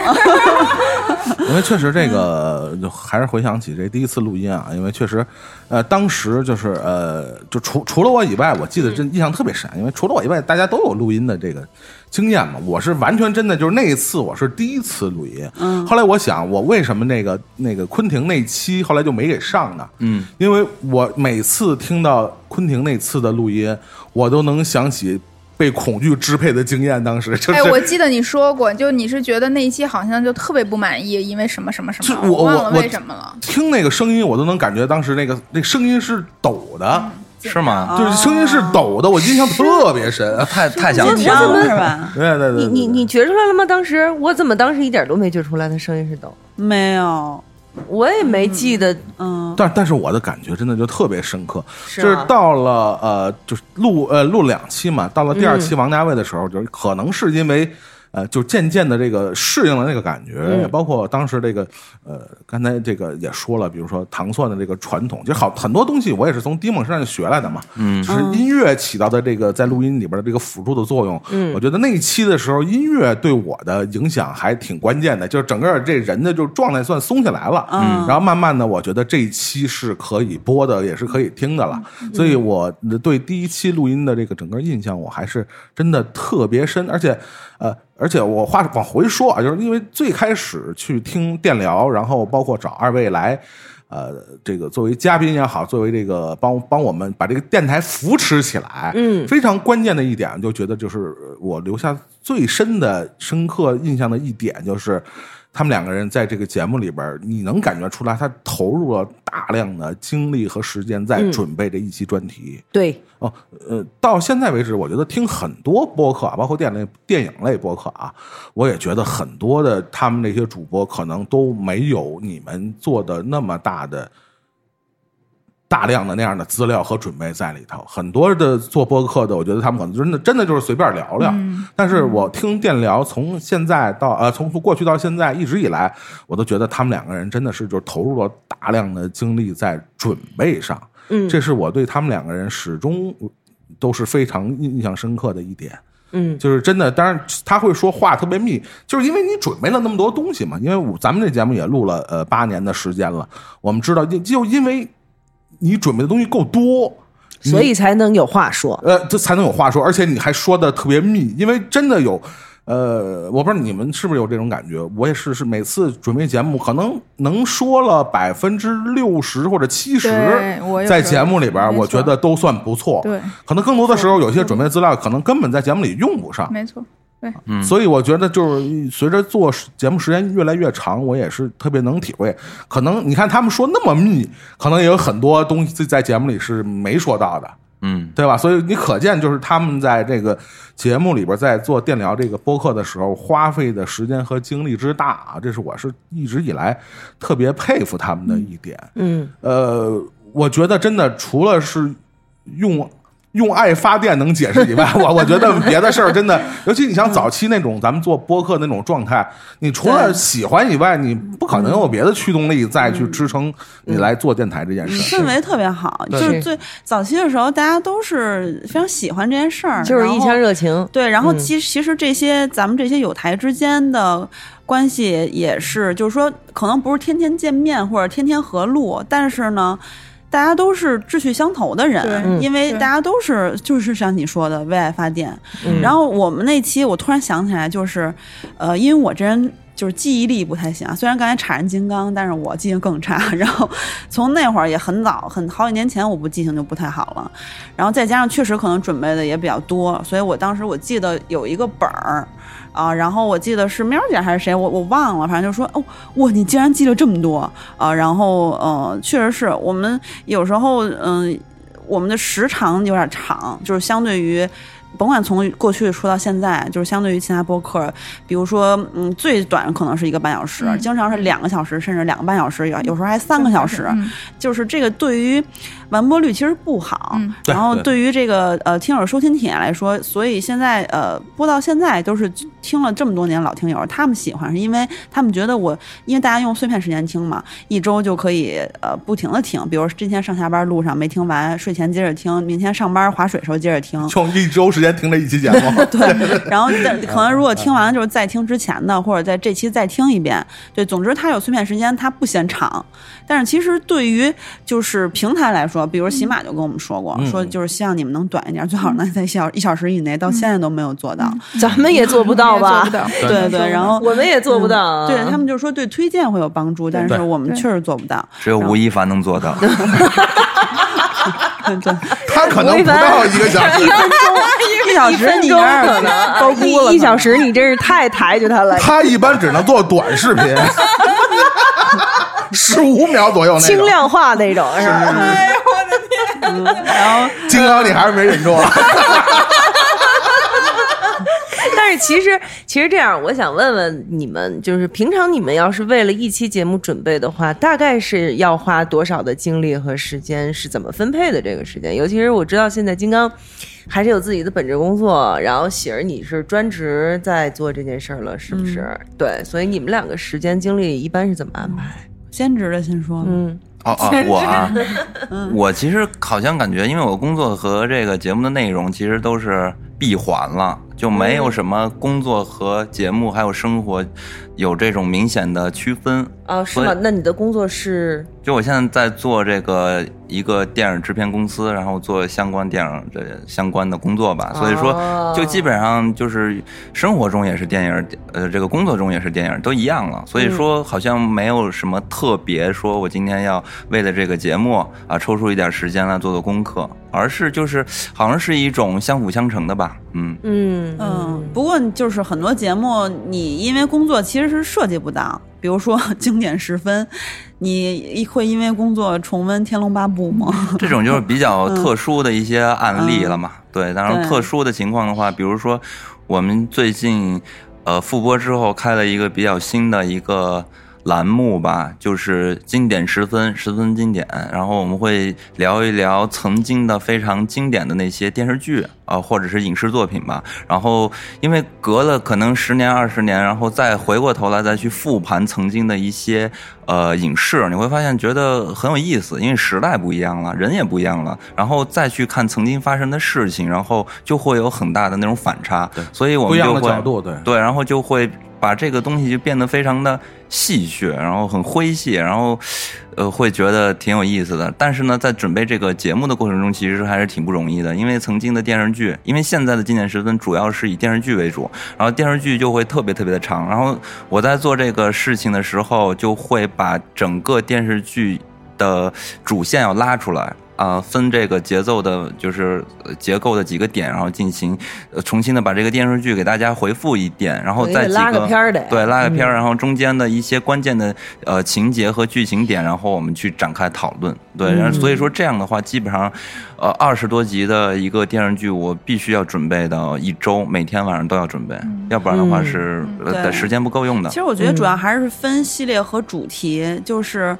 S2: 因为确实这个就还是回想起这第一次录音啊，因为确实，呃，当时就是呃，就除除了我以外，我记
S3: 嗯
S2: 得真印象特别深，因为除了我以外，大家都有录音的这个经验嘛。我是完全真的就是那一次我是第一次录音，嗯，后来我想我为什么那个那个昆婷那期后来就没给上呢？
S5: 嗯，
S2: 因为我每次听到昆婷那次的录音，我都能想起被恐惧支配的经验，当时就是。
S3: 哎，我记得你说过，就你是觉得那一期好像就特别不满意，因为什么什么什
S2: 就
S3: 么，
S2: 我
S3: 忘
S2: 我
S3: 了
S2: 我
S3: 为什么了。
S2: 听那个声音，我都能感觉当时那个那声音是抖的，
S5: 是
S4: 哦
S6: 嗯
S5: 吗？呃
S2: 就是声音是抖的，
S6: 哦
S2: 我印象特 别深。
S5: 太太想
S4: 紧
S5: 听
S4: 张
S5: 了。
S4: 是吧？
S2: 对对对，
S6: 你你你觉出来了吗？当时我怎么当时一点都没觉出来他声音是抖，
S4: 没有，
S6: 我也没记得。
S4: 嗯，
S2: 但但是我的感觉真的就特别深刻，
S6: 是啊
S2: 就是
S6: 吗
S2: 到了呃，就是录呃录两期嘛，到了第二期王家卫的时候，
S6: 嗯
S2: 就是可能是因为。呃，就渐渐的这个适应了那个感觉，
S6: 嗯
S2: 也包括当时这个，呃，刚才这个也说了，比如说糖蒜的这个传统，其实好很多东西我也是从丁梦身上学来的嘛，嗯，就是音乐起到的这个在录音里边的这个辅助的作用，嗯，我觉得那一期的时候，音乐对我的影响还挺关键的，就是整个这人的就状态算松下来了，嗯，然后慢慢的，我觉得这一期是可以播的，也是可以听的了，所以我对第一期录音的这个整个印象，我还是真的特别深，而且，呃，而且我话往回说啊，就是因为最开始去听电疗，然后包括找二位来。呃，这个作为嘉宾也好，作为这个帮帮我们把这个电台扶持起来，嗯，非常关键的一点，就觉得就是呃我留下最深的、深刻印象的一点，就是他们两个人在这个节目里边儿，你能感觉出来，他投入了大量的精力和时间在准备这一期专题。
S6: 对，
S2: 哦，呃，到现在为止，我觉得听很多播客啊，包括电类、电影类播客啊，我也觉得很多的他们那些主播可能都没有你们做的那么大的。大量的那样的资料和准备在里头，很多的做播客的，我觉得他们可能真的真的就是随便聊聊。但是我听电聊，从现在到呃，从从过去到现在一直以来，我都觉得他们两个人真的是就是投入了大量的精力在准备上。
S6: 嗯
S2: 这是我对他们两个人始终都是非常印印象深刻的一点。
S6: 嗯，
S2: 就是真的，当然他会说话特别密，就是因为你准备了那么多东西嘛。因为我咱们这节目也录了呃八年的时间了，我们知道就就因为你准备的东西够多，
S6: 所以才能有话说。
S2: 呃，这才能有话说，而且你还说的特别密，因为真的有，呃，我不知道你们是不是有这种感觉，我也是，是每次准备节目，可能能说了百分之六十或者七十
S3: 对我，有
S2: 在
S3: 时候
S2: 节目里边儿，
S3: 没
S2: 我觉
S3: 错
S2: 得都算不错。
S3: 对
S2: 可能更多的时候，有些准备资料可能根本在节目里用不上。
S3: 没错，
S5: 嗯
S2: 所以我觉得就是随着做节目时间越来越长，我也是特别能体会。可能你看他们说那么密，可能也有很多东西在节目里是没说到的，
S5: 嗯，
S2: 对吧？所以你可见就是他们在这个节目里边在做电疗这个播客的时候，花费的时间和精力之大啊，这是我是一直以来特别佩服他们的一点。
S6: 嗯，
S2: 呃，我觉得真的除了是用用爱发电能解释以外， 我我觉得别的事儿真的，尤其你像早期那种咱们做播客那种状态，你除了喜欢以外，你不可能有别的驱动力再去支撑你来做电台这件 事。
S4: 氛围特别好，
S2: 对
S4: 就是
S6: 是
S4: 最早期的时候，大家都是非常喜欢这件事儿，
S6: 就是一腔
S4: 然后
S6: 热情。
S4: 对，然后
S6: 嗯
S4: 其其实这些咱们这些友台之间的关系也是，就是说可能不是天天见面或者天天合录，但是呢。大家都是志趣相投的
S3: 对
S4: 人，
S3: 嗯
S4: 因为
S3: 对
S4: 大家都是就是像你说的为爱发电。
S6: 嗯
S4: 然后我们那期我突然想起来，就是，呃，因为我这人就是记忆力不太行啊，虽然刚才插人金刚，但是我记性更差。 然后从那会儿也很早，很好几年前，我不记性就不太好了。然后再加上确实可能准备的也比较多，所以我当时我记得有一个本儿。啊，然后我记得是喵姐还是谁，我我忘了，反正就说哦，哇，你竟然记了这么多啊！然后呃，确实是我们有时候嗯、我们的时长有点长，就是相对于甭管从过去说到现在，就是相对于其他播客，比如说嗯，最短可能是一个半小时，
S3: 嗯
S4: 经常是两个小时，甚至两个半小时，有有时候还三个小时。
S3: 嗯
S4: 就是这个对于完播率其实不好，
S3: 嗯
S2: 对
S4: 然后
S2: 对
S4: 对于这个呃听友收听体验来说，所以现在呃播到现在都是听了这么多年老听友，他们喜欢是因为他们觉得我，因为大家用碎片时间听嘛，一周就可以呃不停的听，比如今天上下班路上没听完，睡前接着听，明天上班划水时候接着听，
S2: 用一周时间听了一期节目，
S4: 对，然后再可能如果听完了就是再听之前的，或者在这期再听一遍。对，总之它有碎片时间，它不嫌长。但是其实对于就是平台来说，比如喜马就跟我们说过，
S2: 嗯
S4: 说就是希望你们能短一点，最好能在小一小时以内，
S6: 嗯
S4: 到现在都没有做到。
S6: 咱们也做不到吧？
S3: 也做不到
S4: 对对，然后。
S6: 我们也做不到啊。
S4: 嗯对他们就说对推荐会有帮助，但是
S2: 对
S4: 我们
S3: 对
S4: 确实做 不到。
S5: 只有吴亦凡能 做到。
S4: 对，
S2: 他可能不到一个小 时，
S4: 一小
S6: 一
S4: 时
S6: 分
S4: 你
S6: 钟
S4: 这儿
S6: 可能
S4: 高估了可能，
S6: 一小时你真是太抬举他了。
S2: 他一般只能做短视 频，十五秒左右那
S6: 轻
S2: 种。
S6: 量化那种是吧？
S4: 然后
S2: 金刚，你还是没忍住啊。
S6: 但是其实其实这样，我想问问你们，就是平常你们要是为了一期节目准备的话，大概是要花多少的精力和时间？是怎么分配的这个时间？尤其是我知道现在金刚还是有自己的本职工作，然后喜儿你是专职在做这件事儿了，是不是？
S4: 嗯
S6: 对，所以你们两个时间精力一般是怎么安排？
S4: 兼职的先说，嗯
S6: 嗯
S5: 哦哦，我啊，我其实好像感觉，因为我工作和这个节目的内容其实都是闭环了，就没
S6: 嗯
S5: 有什么工作和节目还有生活有这种明显的区分。
S6: 啊，是
S5: 所以
S6: 吗？那你的工作是
S5: 就我现在在做这个一个电影制片公司，然后做相关电影的相关的工作吧，所以
S6: 哦
S5: 说就基本上就是生活中也是电影，呃，这个工作中也是电影，都一样了。所以说好像没有什么特别，说我今天要为了这个节目啊抽出一点时间来做做功课，而是就是好像是一种相辅相成的吧，嗯。
S6: 嗯
S4: 嗯，不过就是很多节目，你因为工作其实是涉及不到，比如说经典时分，你会因为工作重温《天龙八部》吗？
S5: 这种就是比较特殊的一些案例了嘛。对，当然
S4: 对
S5: 特殊的情况的话，比如说我们最近呃复播之后开了一个比较新的一个。栏目吧，就是经典十分，十分经典。然后我们会聊一聊曾经的非常经典的那些电视剧啊、或者是影视作品吧。然后因为隔了可能十年二十年，然后再回过头来再去复盘曾经的一些呃影视，你会发现觉得很有意思，因为时代不一样了，人也不一样了，然后再去看曾经发生的事情，然后就会有很大的那种反差，所以我
S2: 不一
S5: 们
S2: 样
S5: 就
S2: 的
S5: 会
S2: 角度，对
S5: 对，然后就会把这个东西就变得非常的戏谑，然后很诙谐，然后呃会觉得挺有意思的。但是呢，在准备这个节目的过程中，其实还是挺不容易的，因为曾经的电视剧，因为现在的经典时分主要是以电视剧为主，然后电视剧就会特别特别的长。然后我在做这个事情的时候，就会把整个电视剧的主线要拉出来。啊、分这个节奏的，就是呃结构的几个点，然后进行、呃、重新的把这个电视剧给大家回复一遍，然后
S6: 对
S5: 再
S6: 得
S5: 几
S6: 拉个片儿得嗯
S5: 对拉个片儿，然后中间的一些关键的呃情节和剧情点，然后我们去展开讨论。
S6: 嗯
S5: 对，然后所以说这样的话，基本上呃二十多集的一个电视剧，我必须要准备到一周，每天晚上都要准备，要不然的话是、呃
S4: 嗯对
S5: 得时间不够用的
S4: 其。实我觉得主要还是分系列和主题，就是，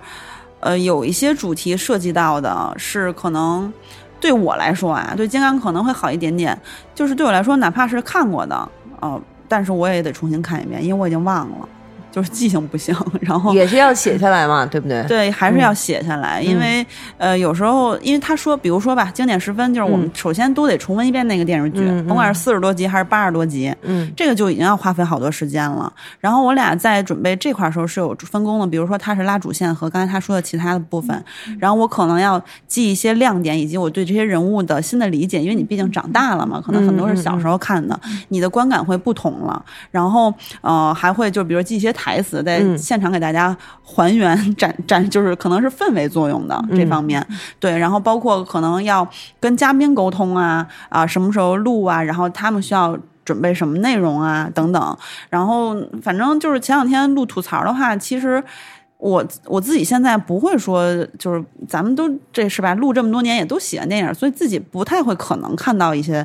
S4: 呃，有一些主题涉及到的是可能对我来说啊，对金刚可能会好一点点，就是对我来说，哪怕是看过的，哦、但是我也得重新看一遍，因为我已经忘了，就是记性不行，然后
S1: 也是要写下来嘛，对不对？嗯
S4: 对，还是要写下来，因为呃，有时候因为他说，比如说吧，经典十分就是我们
S1: 嗯
S4: 首先都得重温一遍那个电视剧，
S1: 嗯嗯
S4: 甭管是四十多集还是八十多集，
S1: 嗯
S4: 这个就已经要花费好多时间了。然后我俩在准备这块儿的时候是有分工的，比如说他是拉主线和刚才他说的其他的部分，
S1: 嗯
S4: 然后我可能要记一些亮点以及我对这些人物的新的理解，因为你毕竟长大了嘛，
S1: 嗯
S4: 可能很多是小时候看的，你的观感会不同了。然后呃，还会就比如记一些台词，在
S1: 嗯
S4: 现场给大家还原展展，就是可能是氛围作用
S1: 嗯
S4: 的这方面。对，然后包括可能要跟嘉宾沟通啊，啊，什么时候录啊，然后他们需要准备什么内容啊，等等。然后反正就是前两天录吐槽的话，其实。我我自己现在不会说，就是咱们都这是吧？录这么多年也都喜欢电影，所以自己不太会可能看到一些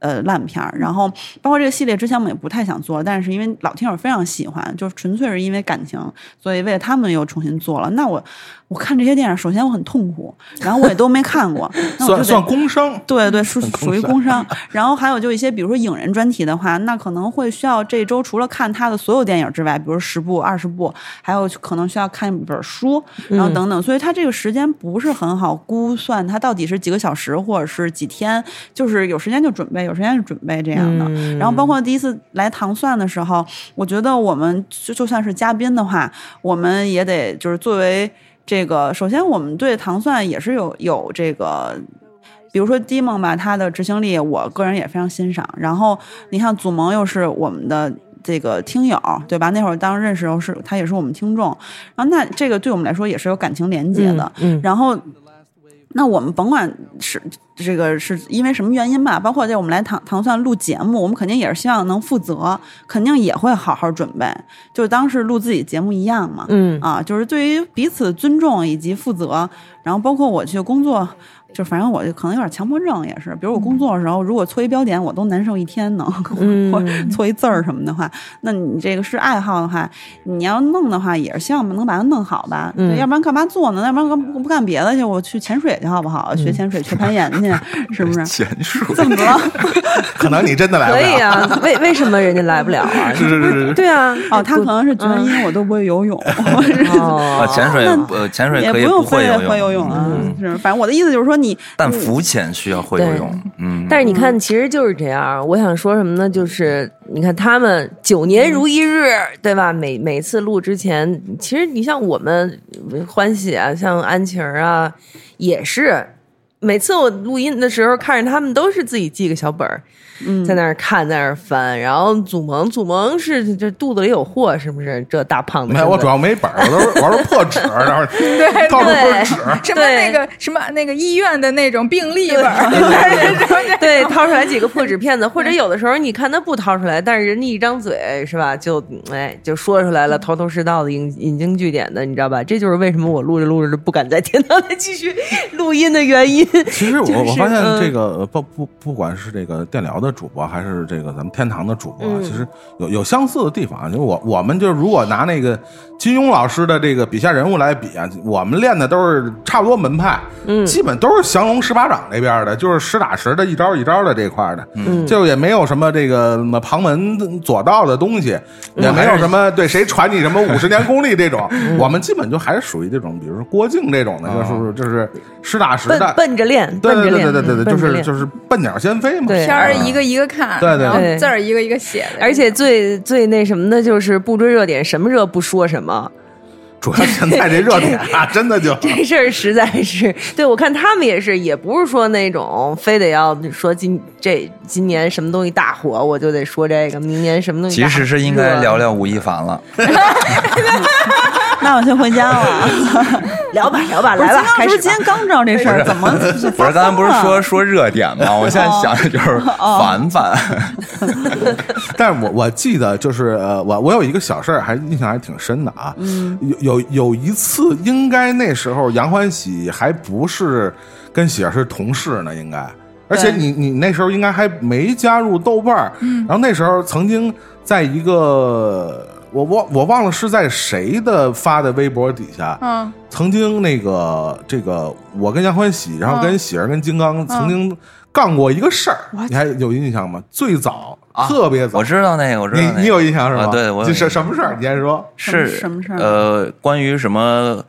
S4: 呃烂片儿。然后包括这个系列之前我们也不太想做，但是因为老听友非常喜欢，就是纯粹是因为感情，所以为了他们又重新做了。那我我看这些电影，首先我很痛苦，然后我也都没看过，那我就
S2: 算
S4: 得
S2: 算 工伤。
S4: 对对，属
S2: 很
S4: 属
S2: 空
S4: 于
S2: 泛
S4: 工伤。然后还有就一些，比如说影人专题的话，那可能会需要这周除了看他的所有电影之外，比如十部、二十部，还有可能需要看一本书，然后等等。所以他这个时间不是很好估算，他到底是几个小时或者是几天，就是有时间就准备，有时间就准备这样的。
S1: 嗯
S2: 嗯
S4: 然后包括第一次来糖蒜的时候，我觉得我们就就算是嘉宾的话，我们也得就是作为。这个首先，我们对糖蒜也是有有这个比如说 d i m o n 吧，他的执行力我个人也非常欣赏。然后你看祖萌又是我们的这个听友，对吧？那会儿当认识的时候是他也是我们听众，然后那这个对我们来说也是有感情连接的。
S1: 嗯
S4: 然后。那我们甭管是这个是因为什么原因吧，包括在我们来糖糖蒜录节目，我们肯定也是希望能负责，肯定也会好好准备，就当是录自己节目一样嘛。
S1: 嗯
S4: 啊，就是对于彼此尊重以及负责，然后包括我去工作，就反正我就可能有点强迫症也是，比如我工作的时候，如果错一标点，我都难受一天呢， 或者错一字儿什么的话，那你这个是爱好的话，你要弄的话也是希望能把它弄好吧，对要不然干嘛做呢？要不然干不不干别的去？我去潜水去好不好？学潜水，学攀岩去，是 不是？
S2: 钱数，
S4: 怎么了？
S2: 可能你真的来不
S1: 啊可
S2: 了。
S1: 以啊，为为什么人家来不了啊？
S2: 是是是是是，
S1: 对啊，
S4: 哦，他可能是觉得因为我都不会游 泳，我是
S5: 啊，
S1: 哦，
S5: 潜水
S4: 那
S5: 呃，潜水
S4: 也
S5: 可以
S4: 用
S5: 会
S4: 非
S5: 游
S4: 得
S5: 泳，
S4: 会游泳啊
S5: 嗯，
S4: 是反正我的意思就是说你
S5: 但浮潜需要会游泳，嗯，
S1: 但是你看，其实就是这样。我想说什么呢？就是你看他们九年如一日，对吧？每每次录之前，其实你像我们呃欢喜啊，像安晴儿啊，也是每次我录音的时候看着他们都是自己记个小本儿，
S4: 嗯
S1: 在那儿看，在那儿翻。然后祖萌，祖萌是这肚子里有货，是不是？这大胖子
S2: 没
S1: 身
S2: 有，
S1: 子，
S2: 我主要没本儿，我都是我都是破纸，然后到处都是纸。
S3: 什么那个什么那个医院的那种病历本儿，
S1: 对，掏出来几个破纸片子，或
S2: 嗯
S1: 者有的时候你看他不掏出来，但是人家一张嘴是吧，就哎就说出来
S2: 嗯
S1: 了，头头是道的，引引经据典的，你知道吧？这就是为什么我录着录着就不敢在天堂再继续录音的原因。
S2: 其实我、
S1: 就是
S2: 我发现
S1: 嗯
S2: 这个呃不不不管是这个电疗的主播，还是这个咱们天堂的主播啊，
S1: 嗯
S2: 其实有有相似的地方啊。就我我们就是如果拿那个金庸老师的这个笔下人物来比啊，我们练的都是差不多门派，嗯，基本都是降龙十八掌那边的，就是实打实的一招一招的这块儿的，嗯，就也没有什么这个什么旁门左道的东西，
S1: 嗯
S2: 也没有什么对谁传你什么五十年功力这种，我们基本就还是属于这种，比如说郭靖这种的，
S1: 哦
S2: 就是就是实打实
S1: 奔
S2: 的。
S1: 奔着练，
S2: 对
S1: 奔着
S2: 对
S1: 练，
S2: 对对对对，就
S1: 奔着
S2: 是
S1: 练
S2: 就是笨鸟先飞嘛。
S1: 对
S3: 片儿一个一个看，
S2: 对对
S3: 然后
S1: 对
S3: 字儿一个一个写的，
S1: 而且最最那什么的，就是不追热点，什么热不说什么。
S2: 啊主要现在这热点啊，真的就
S1: 这事儿实在是，对我看他们也是，也不是说那种非得要说今这今年什么东西大火，我就得说这个，明年什么东西
S5: 其
S1: 大火。
S5: 实是应该聊聊吴亦凡了，
S4: 那 我先回家了。
S1: 聊吧 聊吧，
S4: 不是
S1: 来吧
S4: 金，刚
S1: 开
S4: 不
S1: 始
S4: 是
S1: 吧
S4: 今天刚知道这事儿，怎 么就
S5: 不是，刚才不是
S4: 发疯
S5: 说
S4: 了哦
S5: 说热点 吗？我现在想的就是 凡凡，
S2: 但是我我记得就是呃，我我有一个小事儿，还印象还挺深的啊。嗯，有有有一次，应该那时候杨欢喜还不是跟喜儿是同事呢，应该。而且你你那时候应该还没加入豆瓣儿，嗯，然后那时候曾经在一个我忘我忘了是在谁的发的微博底下，
S3: 嗯，
S2: 曾经那个这个我跟杨欢喜，然后跟喜儿跟金刚曾经干过一个事儿，你还有印象吗？最早
S5: 啊
S2: 特别早
S5: 我，知道那个，我知道那个，
S2: 你你有印象是吧？
S5: 啊对我有
S2: 这什
S5: 印象
S2: 什么事儿？你先说。
S5: 是
S4: 什么事儿
S5: 呃，关于什么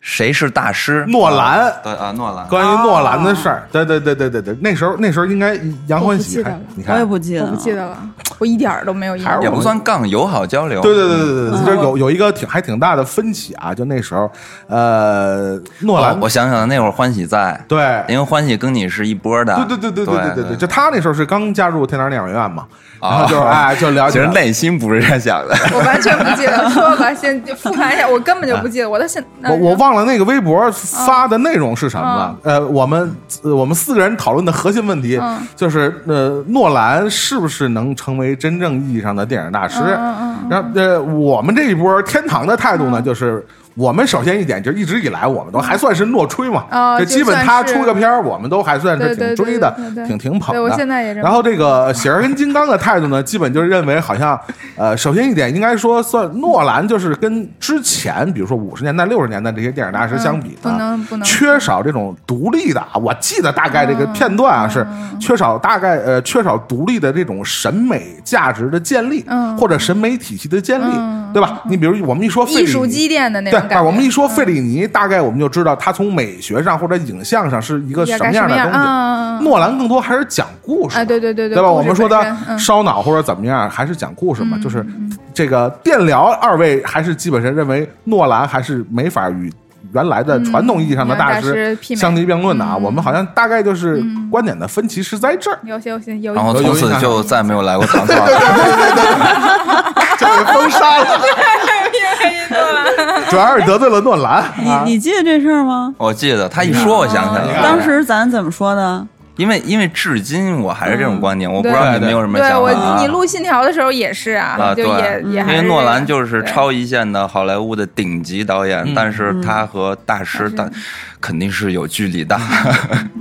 S5: 谁是大师？
S2: 诺兰
S5: 啊对啊，诺兰。
S2: 关于诺兰的事儿，对对对对对对，那时候那时候应该杨欢喜还
S7: 我不记得了
S2: 你
S4: 我
S2: 看
S4: 也，不记得
S3: 我
S4: 了，
S3: 不记得了，我一点儿都没有印象
S2: 还。是
S5: 也不算杠，友好交流。
S2: 对对对对对，就是有有一个挺还挺大的分歧啊，就那时候，呃，诺
S5: 哦
S2: 兰，
S5: 我想想，那会儿欢喜在，
S2: 对
S5: 因为欢喜跟你是一波的。
S2: 对对对对
S5: 对
S2: 对对对，就他那时候是刚加入天堂电影院嘛，
S5: 哦
S2: 然后就是哎就了
S5: 其
S2: 解
S5: 实
S2: 了，
S5: 内心不是这样想的。
S3: 我完全不记得，说吧，先复盘一下，我根本就不记得，我到现
S2: 我我忘了那个微
S3: 嗯
S2: 博发的内容是什么了。呃，我们呃我们四个人讨论的核心问题
S3: 嗯
S2: 就是，呃，诺兰是不是能成为真正意义上的电影大师？
S3: 嗯
S2: 然后，呃，我们这一波天堂的态
S3: 嗯
S2: 度呢，就是。我们首先一点就是一直以来我们都还算是诺吹嘛，
S3: 哦
S2: 就
S3: 就
S2: 基本
S3: 算
S2: 他
S3: 是
S2: 出个片儿，我们都还算是
S3: 对
S2: 挺
S3: 对
S2: 追的
S3: 对对，对
S2: 挺挺捧的。
S3: 对我现在也这么
S2: 然后这个呃喜儿跟金刚的态度呢，基本就是认为好像，呃，首先一点应该说算诺兰就是跟之前，比如说五十年代、六十年代这些电影大师相比呢，
S3: 嗯不能不能嗯
S2: 缺少这种独立的啊。我记得大概这个片段啊，是缺少大概呃缺少独立的这种审美价值的建立，
S3: 嗯
S2: 或者审美体系的建立，
S3: 嗯
S2: 对吧？你比如我们一说费
S3: 艺
S2: 里
S3: 术
S2: 尼
S3: 积淀的
S2: 对
S3: 那种，感
S2: 但
S3: 觉。嗯
S2: 我们一说费里尼，大概我们就知道他从美学上或者影像上是一个
S3: 也
S2: 什
S3: 该
S2: 么
S3: 什
S2: 样的
S3: 么样
S2: 东西。
S3: 嗯嗯嗯
S2: 诺兰更多还是讲故事嘛，
S3: 啊对对对对
S2: 对，吧？
S3: 故事
S2: 我们说
S3: 本身
S2: 的
S3: 嗯
S2: 烧脑或者怎么样，还是讲故事嘛。就是这个电疗，二位还是基本上认为诺兰还是没法与。原来的传统意义上的
S3: 嗯大
S2: 师
S3: 师媲美嗯
S2: 相提并论的啊，我们好像大概就是观点的分歧是在这儿，
S3: 有些有些有
S5: 然后
S2: 有
S5: 从此就再没有来 过唐宋。
S2: 就被封杀 了， 主要是得罪了诺兰 啊
S4: 你。你记得这事儿吗？
S5: 我记得他一说，我想起来了。
S4: 当时咱怎么说的？
S5: 因为因为至今我还是这种观
S4: 嗯
S5: 点，我不
S3: 对
S5: 知道你们有什么
S3: 对
S5: 想
S3: 我
S5: 法啊。
S3: 你录《信条》的时候也是啊，
S5: 啊，
S3: 就
S5: 对
S3: 也，也
S5: 因
S3: 还
S5: 为
S3: 是
S5: 诺兰
S3: 这个
S5: 就是
S3: 对
S5: 超一线的好莱坞的顶级导
S2: 嗯
S5: 演，但
S4: 嗯
S5: 是他和大师但肯定是有距离的。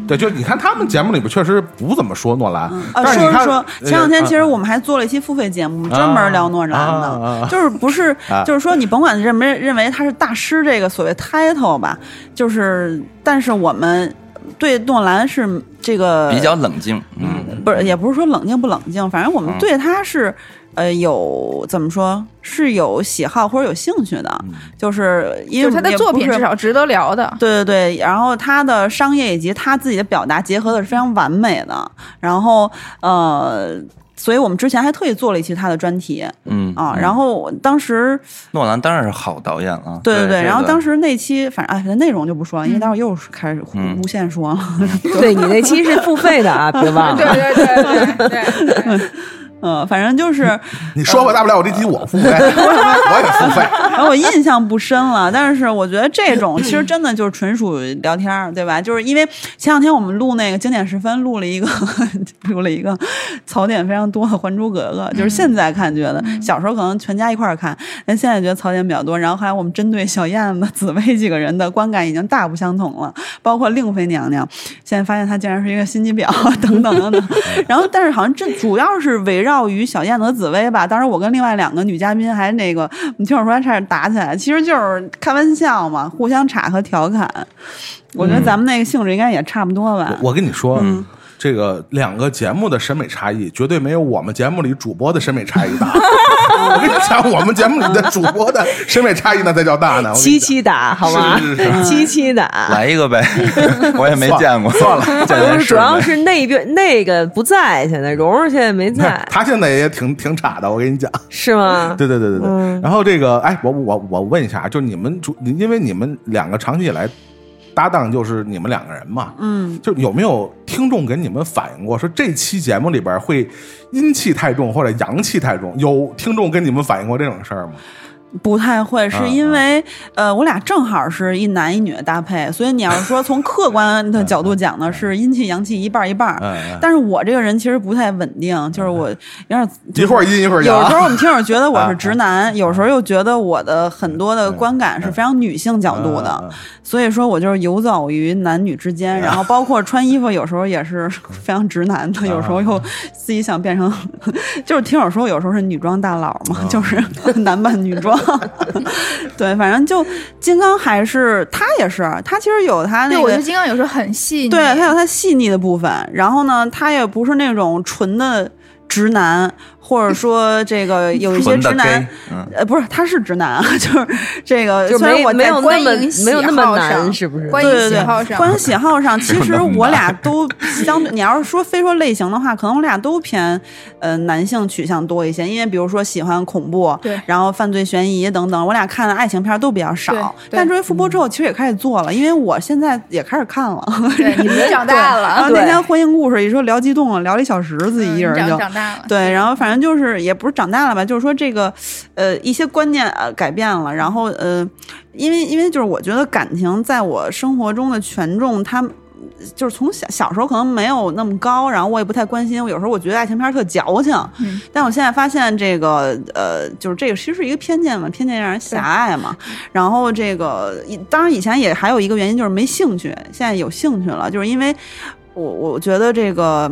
S2: 对，就你看他们节目里边确实不怎么说诺兰，
S3: 嗯
S4: 啊，
S2: 但是
S4: 说
S2: 你
S4: 是
S2: 看呃
S4: 说，前两天其实我们还做了一期付费节目，专门聊诺兰
S2: 啊啊啊
S4: 的
S2: 啊，
S4: 就是不是
S2: 啊
S4: 就是说你甭管认不认认为他是大师这个所谓 title 吧，就是但是我们对诺兰是这个
S5: 比较冷静，嗯，
S4: 不是也不是说冷静不冷静，反正我们
S5: 嗯
S4: 对他是。呃，有怎么说是有喜好或者有兴趣的，
S5: 嗯
S4: 就是因
S3: 就
S4: 为
S3: 是他的
S4: 也
S3: 作
S4: 不
S3: 品
S4: 是
S3: 至少值得聊的。
S4: 对对对，然后他的商业以及他自己的表达结合的是非常完美的。然后呃，所以我们之前还特意做了一期他的专题
S5: 嗯
S4: 啊。
S5: 嗯
S4: 然后我当时
S5: 诺兰当然是好导演了，
S4: 对对对，然后当
S5: 时
S4: 时那期反正哎内容就不说了，因
S3: 嗯
S4: 为待会儿又是开始胡
S5: 嗯
S4: 无限说了。
S1: 对你那期是付费的啊，别
S5: 嗯
S1: 忘
S3: 对
S1: 了。
S3: 对对对对 对，
S4: 嗯，反正就是
S2: 你说
S1: 嗯
S2: 吧，大不了我这集我 付费，我也付费。
S4: 反正 我印象不深了，但是我觉得这种其实真的就是纯属聊天儿，对吧？就是因为前两天我们录那个经典十分，录了一个 录了一个槽点非常多的《还珠格格》，就是现在看觉得，小时候可能全家一块儿看，但现在觉得槽点比较多。然后还有我们针对小燕子、紫薇几个人的观感已经大不相同了，包括令妃娘娘，现在发现她竟然是一个心机婊等等等等。然后，但是好像这主要是围绕于小燕子、紫薇吧。当时我跟另外两个女嘉宾还那个，你听我说，还差点打起来，其实就是开玩笑嘛，互相插和调侃。我觉得咱们那个性质应该也差不多吧。
S2: 我跟你说，
S1: 嗯
S2: 这个两个节目的审美差异绝对没有我们节目里主播的审美差 异大。我跟你讲，我们节目里的主播的审美差异那才叫大呢。我跟你
S1: 七
S2: 讲
S1: 七打好吗
S2: 是是是？
S1: 七七 打，
S5: 来一个呗， 我也没见过，
S2: 算了算了
S5: 见
S1: 不
S5: 见
S1: 是
S5: 世
S1: 主要
S5: 面。
S1: 是那边那个不在，现在蓉蓉现在没在，
S2: 他现在也挺挺差的，我跟你讲。
S1: 是吗？
S2: 对对对对对。
S4: 嗯
S2: 然后这个，哎，我我我问一下，就你们主，因为你们两个长期以来搭档就是你们两个人嘛，嗯，就有没有听众给你们反映过，说这期节目里边会阴气太重或者阳气太重？有听众跟你们反映过这种事儿吗？
S4: 不太会，是
S2: 啊
S4: 因为、呃，我俩正好是一男一女的搭配，所以你要是说从客 观的角度讲呢，是阴气阳气一半儿一半儿。
S2: 嗯，
S4: 但是我这个人其实不太稳定，就是我有点儿
S2: 一会儿阴一会儿阳，嗯
S4: 有时候我们听友觉 得我是直男，有时候又觉得我的很多的观感是非常女性角度的，
S2: 嗯嗯嗯嗯
S4: 所以说我就是游走于男女之
S5: 啊
S4: 间，然后包括穿衣服有时候也是 非常直男
S5: 啊
S4: 的，有时候又自己想变成， 就是听友说有时候是女装大佬嘛，
S5: 啊
S4: 就是 男扮女装， 对，反正就金刚还是他也是他其实有他那
S3: 对，
S4: 个
S3: 我觉得金刚有时候很细腻，
S4: 对，它有它细腻的部分。然后呢，它也不是那种纯的直男，或者说这个有一些
S5: 纯的
S4: 直
S5: gay，
S4: 男，
S5: 嗯，
S4: 呃，不是，他是直男 啊，就是这个，
S1: 就
S4: 虽然
S1: 没
S4: 我
S1: 没
S4: 在
S1: 有那
S3: 观
S1: 么
S3: 影喜
S1: 没有那么
S3: 好
S1: 难，
S3: 上
S1: 是不是？
S3: 观
S4: 对
S3: 影
S4: 对
S3: 喜
S4: 对
S3: 好上，
S4: 观影喜好 上，其实
S5: 那么
S4: 我
S5: 难
S4: 俩都 相对，你要是说非说类型的话，可能我俩都偏呃男性取向多一些，因为比如说喜欢恐怖，
S3: 对
S4: 然后犯罪悬疑等等，我俩看的爱情片都比较
S3: 对
S4: 少。
S3: 对嗯
S4: 但至于复播之后，其实也开始做了，因为我现在也开始看了。
S3: 对，你们长大
S4: 然
S3: 了，
S4: 后那天婚姻故事一说聊激动了，聊了一小时，自己一人
S3: 嗯
S4: 就
S3: 长。长大了，
S4: 对，然后反正就是也不是长大了吧，就是说这个，呃，一些观念呃改变了，然后呃，因为因为就是我觉得感情在我生活中的权重，它就是从小小时候可能没有那么高，然后我也不太关心，我有时候我觉得爱情片儿特矫情，
S3: 嗯
S4: 但我现在发现这个呃，就是这个其实是一个偏见嘛，偏见让人狭隘嘛，然后这个以当然以前也还有一个原因就是没兴趣，现在有兴趣了，就是因为我我觉得这个。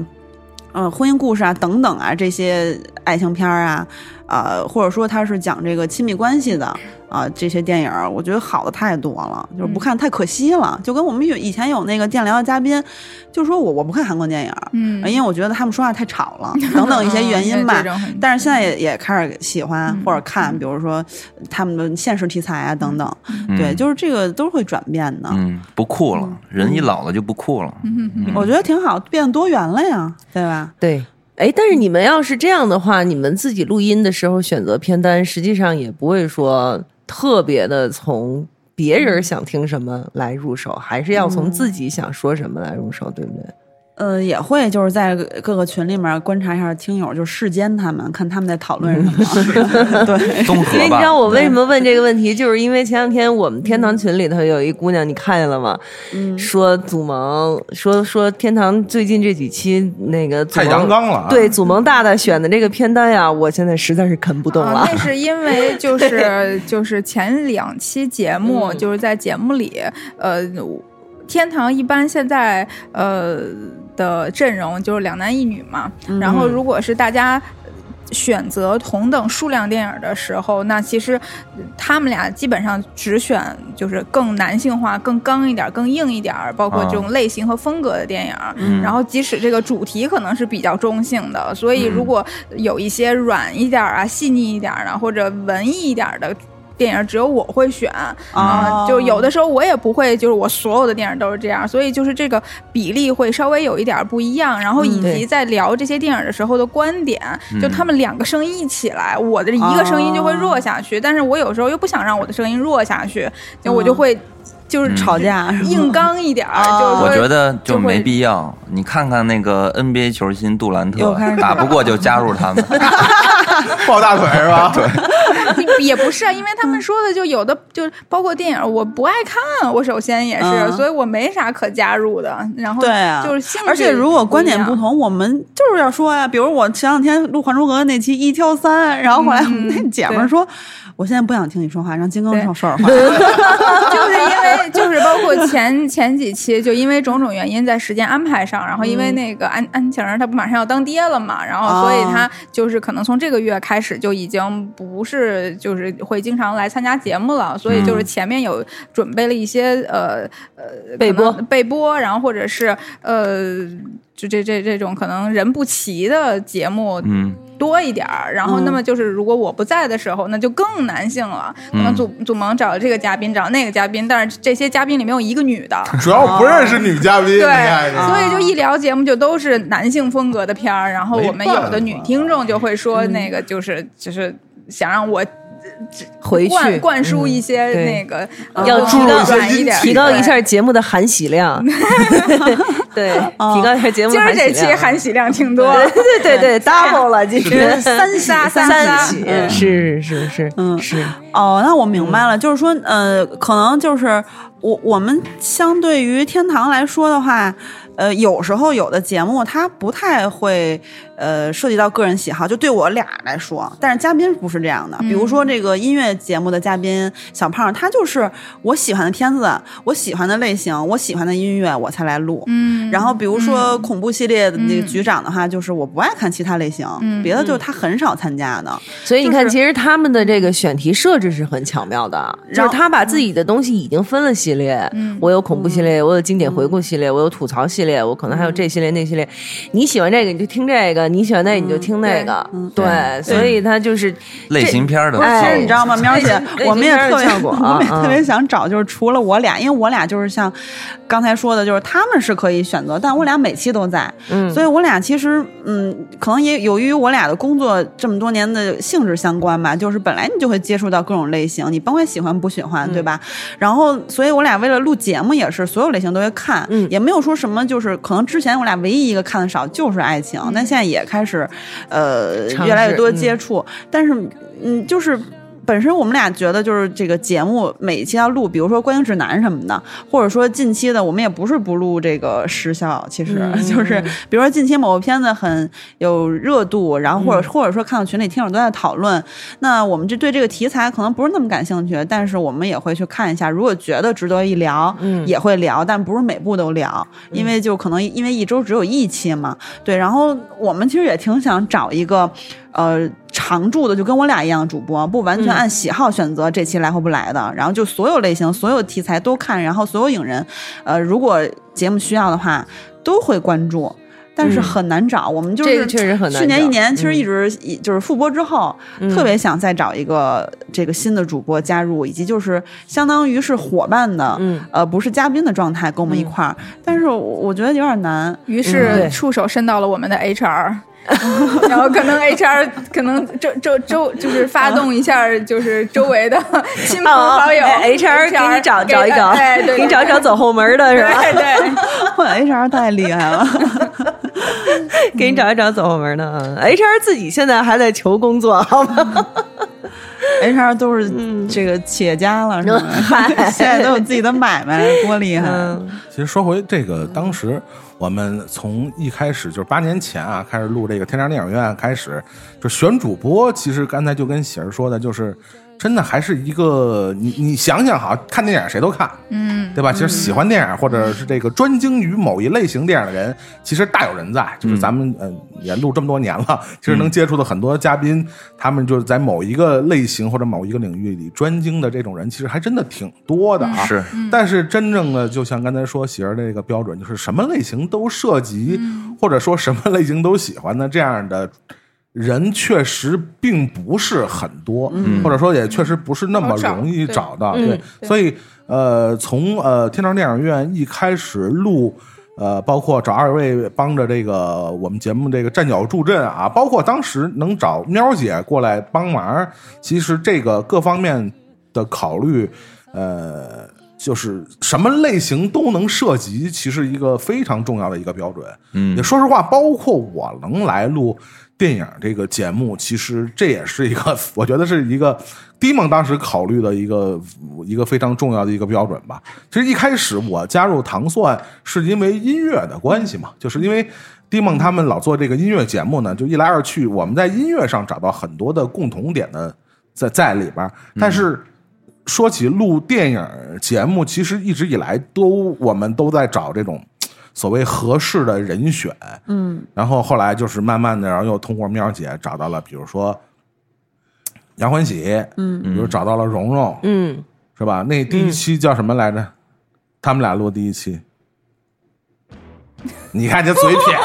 S4: 呃，婚姻故事啊，等等啊，这些爱情片儿啊，呃，或者说它是讲这个亲密关系的啊、这些电影儿，我觉得好的太多了，就是
S3: 嗯
S4: 不看太可惜了。就跟我们有以前有那个电聊的嘉宾，就说我我不看韩国电影儿，
S3: 嗯，
S4: 因为我觉得他们说话太吵 了，等等一些原因吧。
S3: 嗯，对这种很
S4: 但是现在也也开始喜欢
S3: 嗯
S4: 或者看，比如说他们的现实题材啊等等，
S5: 嗯
S4: 对，就是这个都是会转变的。
S5: 嗯不酷了，人一老了就不酷了。
S3: 嗯嗯
S4: 我觉得挺好，变得多元了呀，对吧？
S1: 对，哎，但是你们要是这样的话，你们自己录音的时候选择片单，实际上也不会说特别的从别
S3: 嗯
S1: 人想听什么来入手，还是要从自己想说什么来入手，对不对？
S4: 呃，也会就是在各个群里面观察一下听友，就世间他们看他们在讨论什
S3: 嗯
S4: 么。 对，
S5: 综合吧，
S1: 因为你知
S2: 嗯
S1: 道我为什么问这个问题，就是因为前两天我们天堂群里头有一姑娘，你看见了吗？
S4: 嗯
S1: 说祖萌，说说天堂最近这几期那个祖
S2: 太阳
S1: 萌
S2: 刚了啊，
S1: 对祖萌大大选的这个片单呀、我现在实在是啃不动了。
S3: 啊。那是因为就是就是前两期节目，
S1: 嗯
S3: 就是在节目里，呃，天堂一般现在呃的阵容就是两男一女嘛，然后如果是大家。选择同等数量电影的时候，那其实他们俩基本上只选就是更男性化、更刚一点、更硬一点，包括这种类型和风格的电影。
S5: 嗯
S3: 然后即使这个主题可能是比较中性的，所以如果有一些软一点儿啊、细腻一点儿的或者文艺一点儿的。电影只有我会选啊、
S4: 哦
S3: 就有的时候我也不会，就是我所有的电影都是这样，所以就是这个比例会稍微有一点儿不一样，然后以及
S1: 对
S3: 在聊这些电影的时候的观点，就他们两个声音一起来，我的一个声音就会弱下去，但是我有时候又不想让我的声音弱下去，就我就会就是
S5: 嗯
S4: 吵架是吗
S3: 硬刚一点儿，
S4: 哦
S3: 就是说
S5: 我觉得就
S3: 就会
S5: 没必要。你看看那个 NBA 球星杜兰
S4: 又
S5: 特
S4: 开始，
S5: 打不过就加入他们。
S2: 抱大腿是 吧？对，
S3: 也不是，啊，因为他
S4: 嗯
S3: 们说的就有的就包括电影，我不爱看，我首先也是，
S4: 嗯
S3: 所以我没啥可加入的。然后
S4: 对啊，
S3: 就是兴趣，
S4: 而且如果观点
S3: 不
S4: 不
S3: 一样，
S4: 同，我们就是要说呀、比如我前两天录《还珠格格》那期一挑三，然后后来我们那姐们儿
S3: 嗯对
S4: 说，我现在不想听你说话，让金刚
S3: 对
S4: 说说点话。
S3: 就是因为就是包括前前几期，就因为种种原因在时间安排上，然后
S4: 嗯
S3: 因为那个安安晴儿她不马上要当爹了嘛，然后所以
S4: 哦
S3: 她就是可能从这个月开始就已经不是就是会经常来参加节目了，所以
S4: 嗯
S3: 就是前面有准备了一些呃呃
S1: 备播
S3: 可能备播，然后或者是呃。就这这这种可能人不齐的节目，
S5: 嗯，
S3: 多一点儿，然后
S4: 嗯
S3: 那么就是如果我不在的时候，那就更男性了。
S1: 嗯
S3: 可能祖祖萌找这个嘉宾，找那个嘉宾，但是这些嘉宾里没有一个女的，
S2: 主要我不认识女嘉宾，你
S3: 对哎
S2: 看这，
S3: 所以就一聊节目就都是男性风格的嗯片儿。然后我们有的女听众就会说，那个就是就是想让我
S1: 回去嗯
S3: 灌灌输一些
S1: 对
S3: 那个呃
S1: 要提高
S3: 更软一点，
S1: 提高一
S3: 对
S1: 下节目的含喜 量，对，提高一下节目的
S3: 哦今儿
S1: 含喜
S3: 这
S1: 量。
S3: 期含喜量挺多，
S1: 对对对对 ，double 了，今天
S4: 三喜
S3: 三
S4: 三
S3: 三嗯
S4: 喜
S1: 喜，是是是，
S4: 嗯
S1: 是，
S4: 哦，那我明白了，就是说，呃，可能就是我我们相对于天堂来说的话，呃，有时候有的节目它不太会呃涉及到个人喜好，就对我俩来说，但是嘉宾不是这样的。比如
S3: 嗯
S4: 说这个音乐节目的嘉宾小胖，他就是我喜欢的片子、我喜欢的类型、我喜欢的音乐，我才来录。
S3: 嗯
S4: 然后比如说恐怖系列的那
S3: 嗯
S4: 个局长的话，就是我不爱看其他类型，
S3: 嗯
S4: 别的就是他很少参加的。
S1: 所以你看，
S4: 就是
S1: 其实他们的这个选题设置是很巧妙的，就
S4: 然
S1: 是
S4: 后
S1: 他把自己的东西已经分了系列，
S3: 嗯嗯
S1: 我有恐怖系列，我有经典回顾系列，我有吐槽系列，我可能还有这系列那系列。你喜欢这个你就听这个，你喜欢那个
S3: 嗯
S1: 你就听那个，对，所以他就是
S5: 类型片儿的
S1: 不是
S5: 套
S4: 其
S5: 路，
S4: 实你知道吗，苗姐，
S1: 对
S4: 我们也特别，
S1: 对效果啊
S4: 我们也
S1: 嗯
S4: 特别想找，就是除了我俩，因为我俩就是像刚才说的，就是他们是可以选择，但我俩每期都在，
S1: 嗯
S4: 所以我俩其实，嗯，可能也由于我俩的工作这么多年的性质相关吧，就是本来你就会接触到各种类型，你甭管喜欢不喜
S1: 嗯
S4: 欢，对吧？然后，所以我俩为了录节目也是所有类型都会看，
S1: 嗯
S4: 也没有说什么，就是可能之前我俩唯一一个看的少就是爱情，但现在也开始，呃，
S1: 嗯尝
S4: 越来越
S1: 试
S4: 多
S1: 嗯
S4: 接触，但是，嗯，就是。本身我们俩觉得就是这个节目每一期要录，比如说《观影指南》什么的，或者说近期的我们也不是不录这个时效，其实、 就是比如说近期某个片子很有热度，然后或者、或者说看到群里听友都在讨论，那我们这对这个题材可能不是那么感兴趣，但是我们也会去看一下，如果觉得值得一聊，
S1: 嗯
S4: 也会聊，但不是每部都聊，因为就可能因为一周只有一期嘛，对。然后我们其实也挺想找一个。呃，常驻的就跟我俩一样的主播，不完全
S1: 嗯
S4: 按喜好选择这期来或不来的，然后就所有类型、所有题材都看，然后所有影人，呃，如果节目需要的话，都会关注，但是
S1: 嗯
S4: 很难找。我们就
S1: 这个
S4: 是
S1: 确实很难。
S4: 去年一年，其实一直一就是复播之后，
S1: 嗯
S4: 特别想再找一个这个新的主播加入，以及就是相当于是伙伴的，
S1: 嗯
S4: 呃，不是嘉宾的状态跟我们一块儿。但是我我觉得有点难，
S3: 于
S1: 嗯对
S3: 是触手伸到了我们的 HR。然后可能 HR 可能周周周就是
S1: 啊
S3: 发动一下，就是周围 的亲朋好友、
S1: 哎 HR 给你找找一找
S3: 哎，对，，
S1: 给你找一找走后门的是吧？
S3: 对对，
S4: 我 HR 太厉害了，
S1: 给你找一找走后门的啊，HR 自己现在还在求工作，好吗？
S4: HR 都是这个企业家了，是吧？
S1: 嗯嗨 嗯
S4: 现在都有自己的买卖了，多厉害！
S2: 其实说回这个，当时我们从一开始就是八年前啊，开始录这个天堂电影院开始，就选主播。其实刚才就跟喜儿说的，就是真的还是一个你你想想哈，看电影谁都看，嗯，对吧？其实喜欢电影或者是这个专精于某一类型电影的人，其实大有人在。就是咱们嗯、呃也录这么多年了，其实能接触的很多嘉宾，他们就是在某一个类型或者某一个领域里专精的这种人，其实还真的挺多的啊。
S5: 是
S2: 但是真正的，就像刚才说喜儿这个标准，就是什么类型都涉及，或者说什么类型都喜欢的这样的人，确实并不是很多，或者说也确实不是那么
S3: 好找
S2: 容易
S3: 对
S2: 找到。对，所以呃，从呃天堂电影院一开始录。呃，包括找二位帮着这个我们节目这个站脚助阵啊，包括当时能找喵姐过来帮忙，其实这个各方面的考虑，呃，就是什么类型都能涉及，其实一个非常重要的一个标准。
S5: 嗯
S2: 也说实话，包括我能来录电影这个节目，其实这也是一个，我觉得是一个迪蒙当时考虑的一个一个非常重要的一个标准吧。其实一开始我加入糖蒜是因为音乐的关系嘛，就是因为。迪蒙他们老做这个音乐节目呢，就一来二去，我们在音乐上找到很多的共同点的在在里边儿，但是说起录电影节目，其实一直以来都我们都在找这种所谓合适的人选，嗯，然后后来就是慢慢的，然后又通过喵姐找到了，比如说杨欢喜，嗯，比如找到了蓉蓉，
S1: 嗯，
S2: 是吧？那第一期叫什么来着？他们俩录第一期，你看这嘴撇，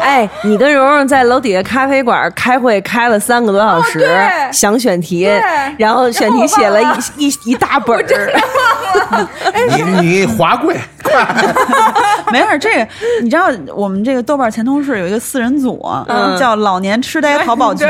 S1: 哎，你跟蓉蓉在楼底下咖啡馆开会开了三个多小时，
S3: 哦对
S1: 想选题
S3: 对，
S1: 然后选题写了
S3: 然后我忘
S1: 一一一大本儿，
S2: 你你华贵，快，
S4: 没事儿，这个你知道，我们这个豆瓣前同事有一个四人组，啊
S1: 嗯
S4: 叫“老年痴呆淘宝群”。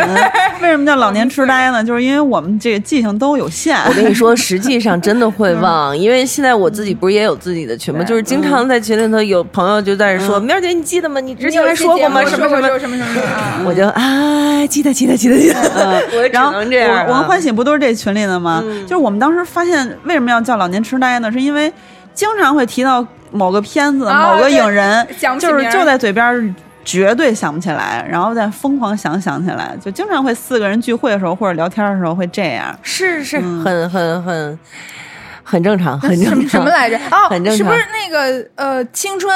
S4: 为什么叫老年痴呆呢？就是因为我们这个记性都有限。
S1: 我跟你说，实际上真的会忘，因为现在我自己不是也有自己的群吗？
S6: 对
S1: 就是经常在群里头有朋友就在这说：“苗姐，你记得吗？ 你之前还说过吗？什么什么
S3: 什么什么什么 啊？”
S1: 我就啊，记得记得记得记得，嗯我只
S4: 然后
S1: 能这样啊。嗯
S4: 我我和欢喜不都是这群里的吗？就是我们当时发现为什么要叫老年痴呆呢？是因为经常会提到某个片子、
S3: 啊
S4: 某个影人，
S3: 想不起
S4: 就是
S3: 名儿
S4: 就在嘴边儿绝对想不起来，然后再疯狂想想起来，就经常会四个人聚会的时候或者聊天的时候会这样。
S1: 是是，很很很很正常，很
S3: 什
S1: 正
S3: 么什
S1: 常
S3: 么。来着？哦
S1: 很，正常
S3: 是不是那个呃青春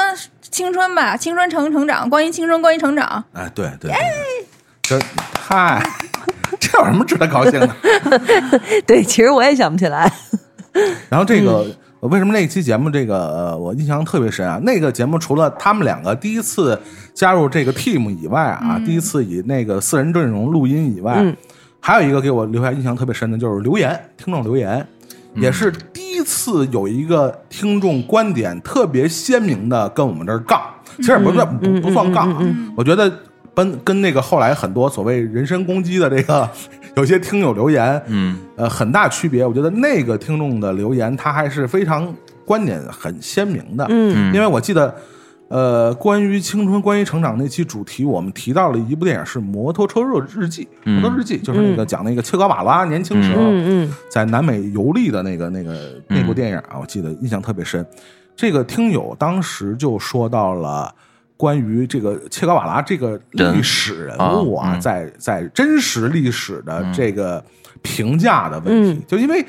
S3: 青春吧？青春成成长，关于青春，关于成长。
S2: 哎，对对，对这嗨，这有什么值得高兴的？
S1: 对，其实我也想不起来。
S2: 然后这个、呃为什么那期节目这个呃我印象特别深啊？那个节目除了他们两个第一次加入这个 team 以外啊，第一次以那个四人阵容录音以外，
S1: 嗯
S2: 还有一个给我留下印象特别深的就是留言，听众留言。也是第一次有一个听众观点特别鲜明的跟我们这儿杠，其实也不算、
S1: 嗯
S2: 不不算杠、啊，我觉得跟跟那个后来很多所谓人身攻击的这个有些听友留言，
S5: 嗯，
S2: 呃，很大区别。我觉得那个听众的留言，他还是非常观点很鲜明的。
S1: 嗯，
S2: 因为我记得，呃，关于青春、关于成长那期主题，我们提到了一部电影是《摩托车日日记》，
S5: 嗯
S2: 摩托日记就是那个讲那个切格瓦拉年轻时候
S1: 嗯嗯
S2: 在南美游历的那个那个
S5: 嗯
S2: 那部电影啊，我记得印象特别深。这个听友当时就说到了关于这个切格瓦拉这个历史人物啊，
S5: 人啊嗯
S2: 在在真实历史的这个评价的问题，
S5: 嗯
S2: 就因为。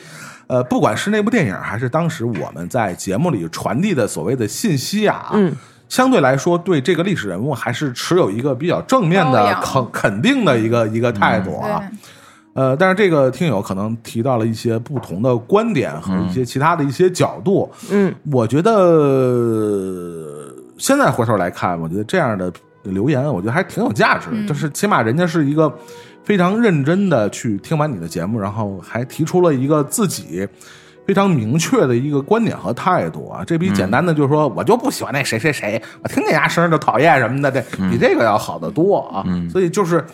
S2: 呃，不管是那部电影，还是当时我们在节目里传递的所谓的信息啊，
S1: 嗯
S2: 相对来说对这个历史人物还是持有一个比较正面
S3: 包
S2: 的
S3: 养
S2: 肯肯定的一个一个态度啊。
S3: 嗯对，
S2: 呃，但是这个听友可能提到了一些不同的观点和一些其他的一些角度，
S1: 嗯，
S2: 我觉得呃现在回头来看，我觉得这样的留言，我觉得还挺有价值的，就是起码人家是一个非常认真的去听完你的节目，然后还提出了一个自己。非常明确的一个观点和态度啊，这比简单的就是说、我就不喜欢那谁谁谁，我听见牙声儿就讨厌什么的，这比这个要好得多啊。所以就是，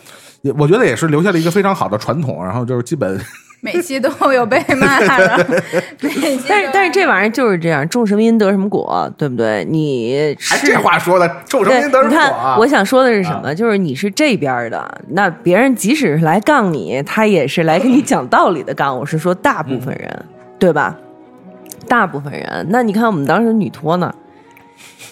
S2: 也我觉得也是留下了一个非常好的传统，然后就是 基本
S3: 每期都有被骂的， 每期都
S1: 但是但是这玩意儿就是这样，种什么因得什么果，对不对？你
S3: 啊
S2: 哎，
S1: 是
S2: 这话说的臭
S1: 对，
S2: 声音得是
S1: 你看，
S2: 啊。
S1: 我想说的是什么？就是你是这边儿的，那别人即使是来杠你，他也是来跟你讲道理的杠。我是说大部分人，对吧？大部分人，那你看我们当时女托呢？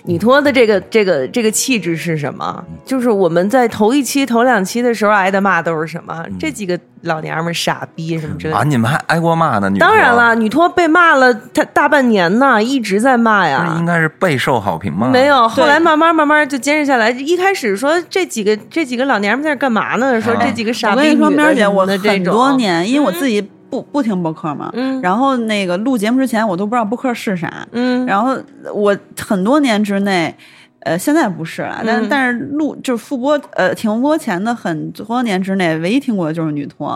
S1: 女托的这个这个这个气质是什么？就是我们在头一期、头两期的时候挨的骂都是什么？这几个老娘们儿傻逼什么之类的
S5: 啊，。你们还挨过骂呢？女
S1: 当然
S5: 了，
S1: 了，女托被骂了，她大半年呢，一直在骂呀。
S5: 那应该是备受好评吗？
S1: 没，有，后
S4: 对
S1: 来慢慢慢慢就坚持下来。一开始说这几个这几个老娘们在这干嘛呢？说这几个傻
S4: 我
S1: 逼
S4: 跟你说，
S1: 女的
S4: 喵姐，
S1: 什
S4: 我
S1: 么的这
S4: 很
S1: 种
S4: 多年，因为我自己不不听播客嘛，
S1: 嗯
S4: 然后那个录节目之前我都不知道播客是啥，
S1: 嗯，
S4: 然后我很多年之内。呃，现在不是了，但、
S1: 嗯
S4: 但是录就是复播，呃，停播前的很多年之内，唯一听过的就是女托，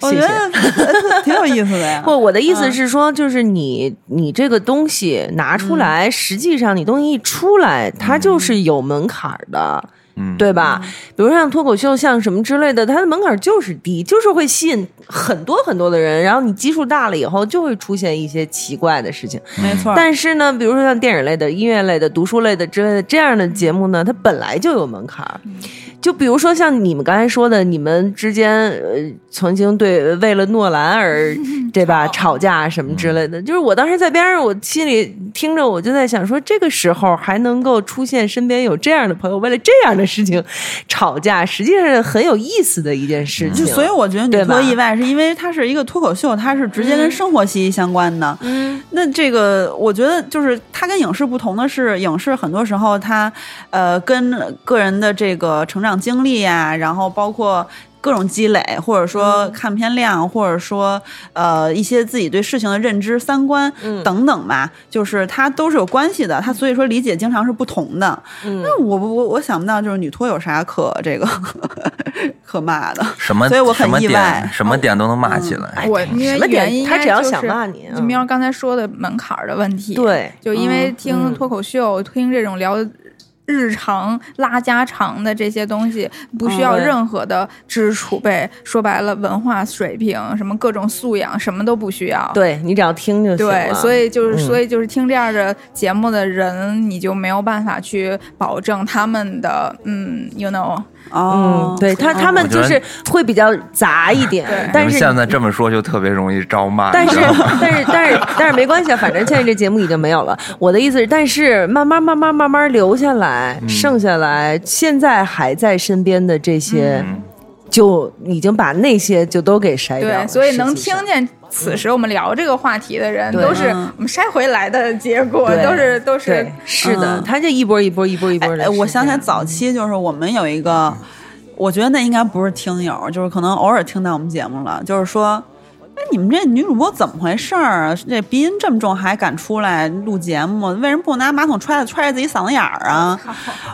S4: 我
S1: 谢
S4: 觉
S1: 谢
S4: 得呃 挺有意思的呀。
S1: 不， 我的意思是说，就是你你这个东西拿出来，实际上你东西一出来，它就是有门槛儿的。
S5: 嗯，
S1: 对吧？比如像脱口秀，像什么之类的，它的门槛就是低，就是会吸引很多很多的人。然后你基数大了以后，就会出现一些奇怪的事情。
S4: 没错，
S1: 但是呢，比如说像电影类的、音乐类的、读书类的之类的这样的节目呢，它本来就有门槛儿。就比如说像你们刚才说的，你们之间呃曾经对为了诺兰而对吧吵架什么之类的，就是我当时在边上，我心里听着我就在想说，这个时候还能够出现身边有这样的朋友为了这样的事情吵架，实际上是很有意思的一件事情。
S4: 就嗯所以我觉得
S1: 对
S4: 女
S1: 吧
S4: 托意外，是因为它是一个脱口秀，它是直接跟生活息息相关的。
S1: 嗯，
S4: 那这个我觉得就是它跟影视不同的是，影视很多时候它呃跟个人的这个成长经历呀、然后包括。各种积累，或者说
S1: 嗯
S4: 看片量，或者说呃一些自己对事情的认知、三观、
S1: 嗯
S4: 等等吧，就是它都是有关系的。它所以说理解经常是不同的。
S1: 嗯
S4: 那我不我我想不到，就是女托有啥可这个 可骂的。
S5: 什么
S4: 所以我很
S5: 什么
S4: 意外
S5: 点什么点都能骂起来。
S3: 我因
S1: 哎什
S3: 为
S1: 么
S3: 原因
S1: 点？他
S3: 应
S1: 只
S3: 该
S1: 要
S3: 就
S1: 想
S3: 是
S1: 骂你，嗯
S3: 就喵刚才说的门槛儿的问题，，
S1: 对，
S3: 就因为听
S1: 嗯
S3: 脱口秀、听这种聊日常拉家常的这些东西，不需要
S1: 嗯对
S3: 任何的知识储备，说白了，文化水平、什么各种素养，什么都不需要。
S1: 对你只要听就行
S3: 对，
S1: 了
S3: 所以就是，
S1: 嗯
S3: 所以就是听这样的节目的人，你就没有办法去保证他们的，嗯，you know，
S4: 哦啊
S1: 嗯，，对他他们
S5: 我觉
S1: 就
S5: 得
S1: 是会比较杂一点
S3: 对，
S5: 你
S1: 但
S5: 们
S1: 是
S5: 现在这么说就特别容易招骂。
S1: 但
S5: 你
S1: 是
S5: 知道吗
S1: 但是但是但是没关系，啊，反正现在这节目已经没有了。我的意思是，但是慢慢慢慢慢慢留下来，
S5: 嗯
S1: 剩下来现在还在身边的这些，
S5: 嗯
S1: 就已经把那些就都给筛掉了。
S3: 对，所以能
S1: 实际
S3: 听
S1: 上
S3: 见此时我们聊这个话题的人，
S1: 对
S3: 都是
S4: 嗯
S3: 我们筛回来的结果，
S1: 对
S3: 都是都是
S1: 对，是的
S4: 嗯，
S1: 他这一波一波一波一波的嗯
S4: 哎，
S1: 是这样。
S4: 我想起来早期就是我们有一
S1: 嗯
S4: 个，我觉得那应该不是听友，就是可能偶尔听到我们节目了，就是说。哎，你们这女主播怎么回事儿啊？这鼻音这么重还敢出来录节目？为什么不拿马桶揣着揣着自己嗓子眼 儿啊？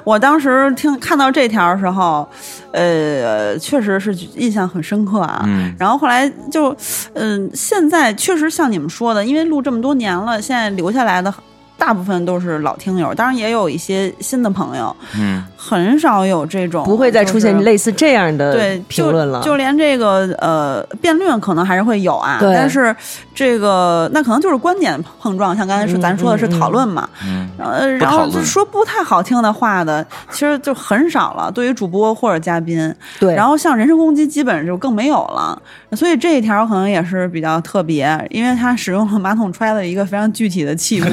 S4: 我当时听看到这条的时候，呃，确实是印象很深刻啊。
S5: 嗯
S4: 然后后来就，嗯、现在确实像你们说的，因为录这么多年了，现在留下来的大部分都是老听友，当然也有一些新的朋友，
S5: 嗯，
S4: 很少有这种
S1: 不会再出现
S4: 就是
S1: 类似这样的
S4: 对
S1: 评论了。
S4: 就，就连这个呃辩论可能还是会有啊，
S1: 对
S4: 但是这个那可能就是观点碰撞，像刚才说、
S1: 嗯
S4: 咱说的是
S1: 嗯嗯
S4: 讨论嘛，
S5: 嗯
S4: 呃，
S5: 不
S4: 然
S5: 讨
S4: 后
S5: 论
S4: 就说不太好听的话的，其实就很少了。对于主播或者嘉宾，
S1: 对，
S4: 然后像人身攻击基本就更没有了，所以这一条可能也是比较特别，因为它使用了马桶揣的一个非常具体 的器物，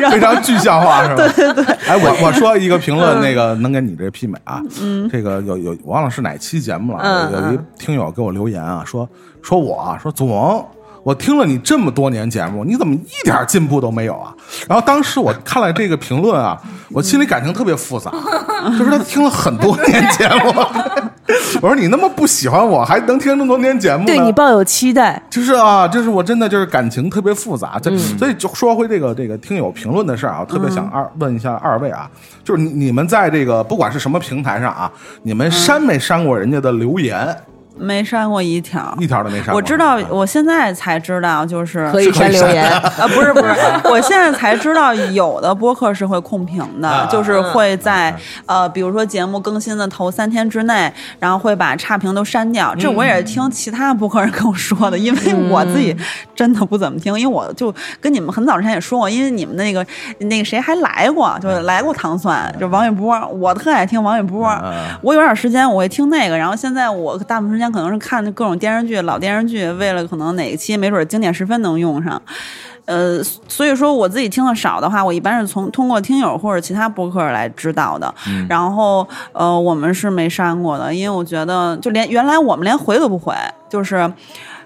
S4: 然后
S2: 非常具象化是吧？对对对。哎，我我说一个评
S1: 嗯
S2: 论，那个能跟你这媲美啊。嗯，这个有有忘了是哪期节目了，
S1: 嗯
S2: 有有一听友给我留言啊，说说我啊说祖萌。我听了你这么多年节目，你怎么一点进步都没有啊？然后当时我看了这个评论啊，我心里感情特别 复杂，就是他听了很多年节目， 我说你那么不喜欢我，还能听那么多年节目呢？
S1: 对你抱有期待，
S2: 就是啊，就是我真的就是感情特别复杂，
S4: 嗯
S2: 这、所以就说回这个这个听友评论的事儿啊，我特别想二、问一下二位啊，就是你你们在这个不管是什么平台上啊，你们删没删过人家的留言，
S4: 没删过一条
S2: 一。条都没删过。
S4: 我知道，我现在才知道，就是
S1: 可以删留 言。
S4: 啊，不是不是，我现在才知道有的播客是会控评的
S2: 啊，
S4: 就是会在呃，比如说节目更新的头三天之内，然后会把差评都删掉。这我
S2: 嗯
S4: 也是听其他播客人跟我说的，因为我自己真的不怎么听，因为我就跟你们很早之前也说过，因为你们那个那个谁还来过，就是来过糖蒜，就王玥波，我特爱听王玥波
S2: 嗯嗯，
S4: 我有点时间我会听那个，然后现在我大部分时间可能是看各种电视剧、老电视剧，为了可能哪一期没准经典十分能用上。呃，所以说我自己听的少的话，我一般是从通过听友或者其他播客来知道的。
S5: 嗯
S4: 然后呃，我们是没删过的，因为我觉得就连原来我们连回都不回，就是。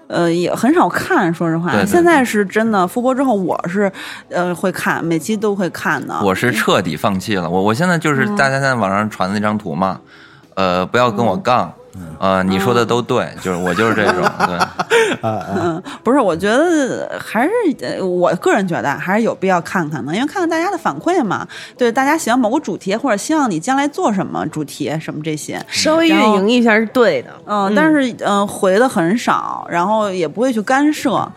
S4: 呃，也很少看，说实话。
S5: 对对对
S4: 现在是真的复播之后，我是呃会看，每期都会看的。
S5: 我是彻底放弃了。我我现在就是大家在网上传的那张图嘛，呃，不要跟我杠，呃，你说的都对，就是我就是这种，对，
S4: 嗯，不是，我觉得还是呃我个人觉得还是有必要看看的，因为看看大家的反馈嘛，对大家喜欢某个主题或者希望你将来做什么主题什么这些，
S1: 稍微运
S4: 然后
S1: 营一下是对的。
S4: 嗯，但是嗯、呃回的很少，然后也不会去干涉啊、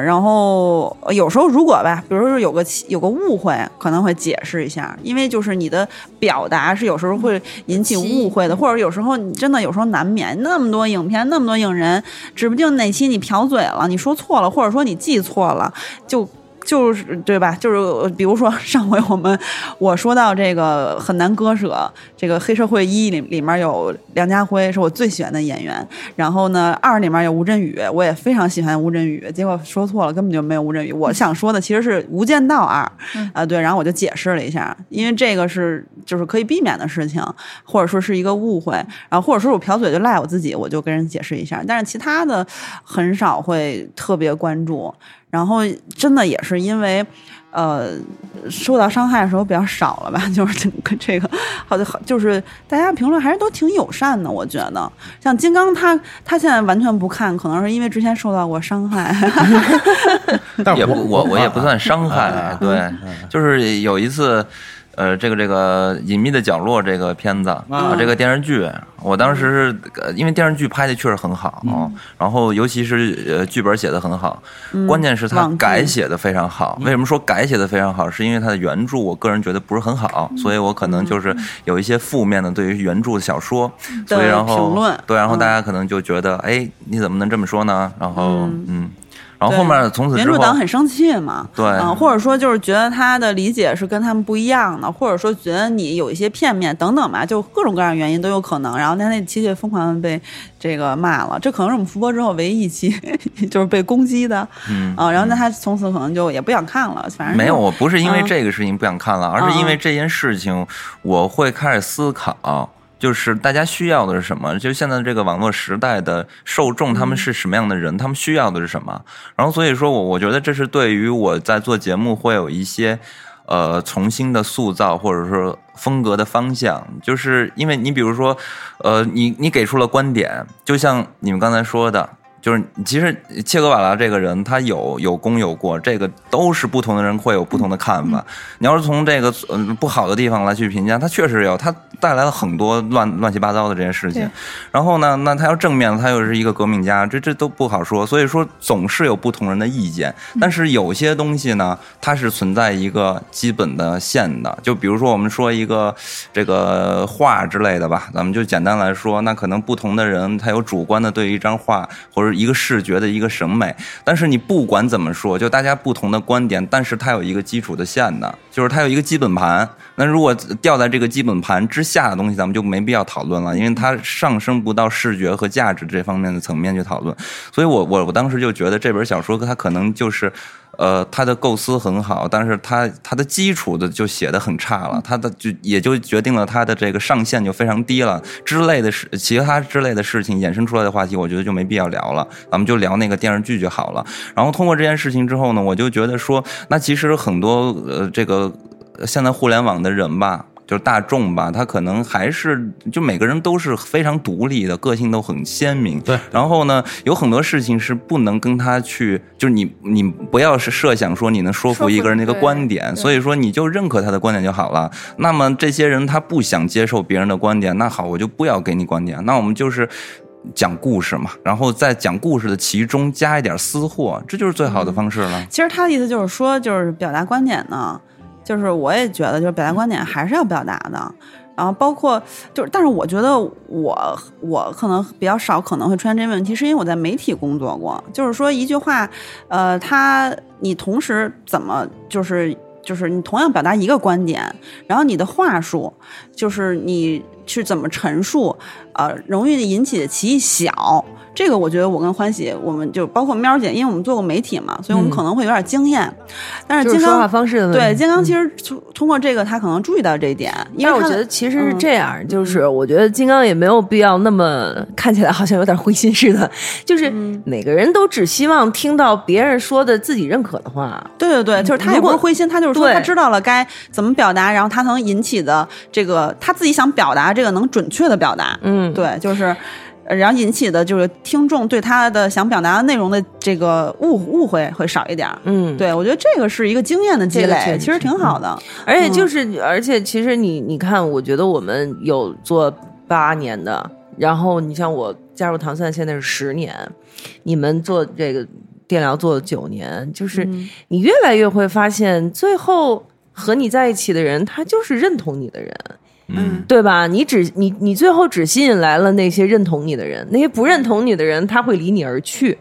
S4: 然后呃有时候如果吧，比如说有个起有个误会，可能会解释一下，因为就是你的表达是有时候会引起误会的，或者有时候你真的有时候难免那么多影片那么多影人，指不定哪期你瓢嘴了，你说错了，或者说你记错了，就。就是对吧？就是比如说 上回我们我说到这个很难割舍，这个黑社会一里里面有梁家辉是我最喜欢的演员，然后呢二里面有吴镇宇，我也非常喜欢吴镇宇，结果说错了，根本就没有吴镇宇。我想说的其实是《无间道二》啊、对，然后我就解释了一下，因为这个是就是可以避免的事情，或者说是一个误会，然后或者说我瓢嘴就赖我自己，我就跟人解释一下，但是其他的很少会特别关注。然后真的也是因为，呃，受到伤害的时候比较少了吧， 就是这个这个，好的好，就是大家评论还是都挺友善的，我觉得。像金刚他他现在完全不看，可能是因为之前受到过伤害，
S2: 但
S5: 也
S2: 我
S5: 不我我也不算伤害
S2: 啊，
S5: 对，就是有一次，呃，这个这个《隐秘的角落》这个片子啊，这个电视剧，我当时是呃因为电视剧拍的确实很好，然后尤其是呃剧本写的很好，关键是它
S4: 忘记
S5: 改写的非常好。为什么说改写的非常好？是因为它的原著，我个人觉得不是很好，所以我可能就是有一些负面的对于原著的小说，所以
S4: 对
S5: 然后
S4: 评论
S5: 对，然后大家可能就觉得，哎，你怎么能这么说呢？然后嗯。然后后面从此
S4: 原
S5: 之
S4: 著
S5: 后，
S4: 党很生气嘛，
S5: 对
S4: 嗯、或者说就是觉得他的理解是跟他们不一样的，或者说觉得你有一些片面等等吧，就各种各样的原因都有可能。然后他那期就疯狂的被这个骂了，这可能是我们复播之后唯一一期 就是被攻击的，
S5: 嗯
S4: 啊、然后那他从此可能就也不想看了，反正
S5: 没有，我不是因为
S4: 嗯
S5: 这个事情不想看了，而是因为这件事情，我会开始思考，就是大家需要的是什么？就现在这个网络时代的受众，他们是什么样的人？他们需要的是什么？然后所以说我我觉得这是对于我在做节目会有一些。呃，重新的塑造，或者说风格的方向，就是因为你比如说，呃，你你给出了观点，就像你们刚才说的，就是其实切格瓦拉这个人，他有有功有过，这个都是不同的人会有不同的看法。你要是从这个嗯、不好的地方来去评价，他确实有，他带来了很多乱乱七八糟的这些事情
S3: 对。
S5: 然后呢，那他要正面，他又是一个革命家，这这都不好说。所以说，总是有不同人的意见，但是有些东西呢，它是存在一个基本的线的。就比如说，我们说一个这个画之类的吧，咱们就简单来说，那可能不同的人他有主观的对于一张画或者一个视觉的一个审美，但是你不管怎么说，就大家不同的观点，但是它有一个基础的线的，就是它有一个基本盘。那如果掉在这个基本盘之下的东西，咱们就没必要讨论了，因为它上升不到视觉和价值这方面的层面去讨论。所以我我我当时就觉得这本小说它可能就是。呃，它的构思很好，但是它它的基础的就写的很差了，它的就也就决定了它的这个上限就非常低了之类的事，其他之类的事情衍生出来的话题，我觉得就没必要聊了，咱们就聊那个电视剧就好了。然后通过这件事情之后呢，我就觉得说，那其实很多呃这个呃现在互联网的人吧，就是大众吧，他可能还是就每个人都是非常独立的，个性都很鲜明。
S2: 对
S5: 然后呢，有很多事情是不能跟他去，就是你你不要是设想说你能说服一个人的一个
S3: 说服对
S5: 观点，
S3: 对
S5: 所以说你就认可他的观点就好了。那么这些人他不想接受别人的观点，那好，我就不要给你观点，那我们就是。讲故事嘛，然后在讲故事的其中加一点私货，这就是最好的方式了。
S4: 其实他的意思就是说，就是表达观点呢，就是我也觉得，就是表达观点还是要表达的。然后包括就是，但是我觉得我我可能比较少可能会出现这问题，是因为我在媒体工作过。就是说一句话，呃，他你同时怎么就是就是你同样表达一个观点，然后你的话术就是你去怎么陈述，呃，容易引起的歧义小。这个我觉得我跟欢喜，我们就包括喵姐，因为我们做过媒体嘛，所以我们
S1: 嗯
S4: 可能会有点经验。但是
S1: 就
S4: 金
S1: 是说
S4: 刚
S1: 话方式的问题。
S4: 对，金刚其实通通过这个，他可能注意到这一点，因
S1: 因为
S4: 为
S1: 我
S4: 他
S1: 觉得其实是
S4: 嗯
S1: 这样，就是我觉得金刚也没有必要那么看起来好像有点灰心似的，就是
S4: 嗯
S1: 每个人都只希望听到别人说的自己认可的话。
S4: 对对对，就是他也
S1: 如
S4: 不
S1: 果
S4: 是灰心，他就是说
S1: 对
S4: 他知道了该怎么表达，然后他能引起的这个他自己想表达这个能准确的表达，
S1: 嗯，
S4: 对，就是。呃然后引起的就是听众对他的想表达的内容的这个误误会会少一点儿，
S1: 嗯，
S4: 对我觉得这个是一个经验的积
S1: 这个
S4: 累，
S1: 确实嗯
S4: 其实挺好的。
S1: 而且就是，而且其实你你看，我觉得我们有做八年的，然后你像我加入唐蒜现在是十年，你们做这个电疗做了九年，就是
S4: 嗯
S1: 你越来越会发现，最后和你在一起的人，他就是认同你的人。
S5: 嗯
S1: 对吧？你只你你最后只吸引来了那些认同你的人，那些不认同你的人，他会离你而去，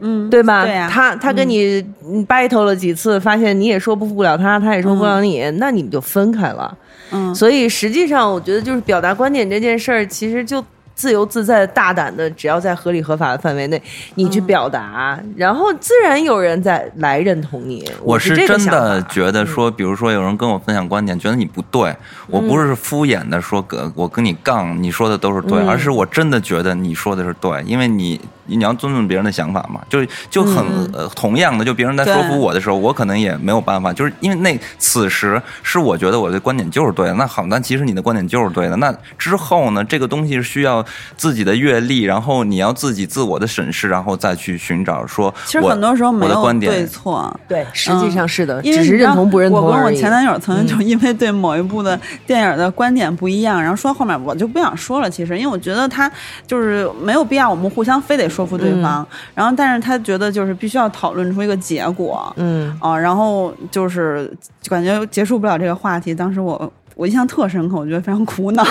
S4: 嗯，
S1: 对吧？
S4: 对呀
S1: 他他跟你嗯 battle 了几次，发现你也说服不了他，他也说服不了你，那你们就分开了。
S4: 嗯，
S1: 所以实际上，我觉得就是表达观点这件事儿，其实就自由自在、大胆的，只要在合理合法的范围内，你
S4: 嗯
S1: 去表达，然后自然有人再来认同你。
S5: 我
S1: 是
S5: 是
S1: 这个
S5: 真
S1: 想
S5: 的
S1: 法啊嗯
S5: 觉得说，比如说有人跟我分享观点，觉得你不对，我不是敷衍的说跟我跟你杠，你说的都是对，
S1: 嗯
S5: 而是我真的觉得你说的是对，因为你你要尊重别人的想法嘛，就就很、
S1: 嗯
S5: 呃同样的，就别人在说
S4: 对
S5: 服我的时候，我可能也没有办法，就是因为那此时是我觉得我的观点就是对的，那好，那其实你的观点就是对的，那之后呢，这个东西是需要自己的阅历，然后你要自己自我的审视，然后再去寻找说我，
S4: 其实很多时候没
S5: 我的
S4: 有
S5: 观
S4: 对
S5: 点，
S4: 错，
S1: 对，实际上是的，
S4: 因为
S1: 呃只
S4: 你
S1: 是
S4: 知
S1: 认
S4: 道
S1: 同不认同
S4: 我跟我
S1: 而已嗯
S4: 前男友曾经就因为对某一部的电影的观点不一样，然后说后面我就不想说了。其实，因为我觉得他就是没有必要，我们互相非得说服对
S1: 嗯
S4: 方。然后，但是他觉得就是必须要讨论出一个结果。
S1: 嗯，
S4: 啊，然后就是感觉结束不了这个话题。当时我我印象特深刻，我觉得非常 苦恼。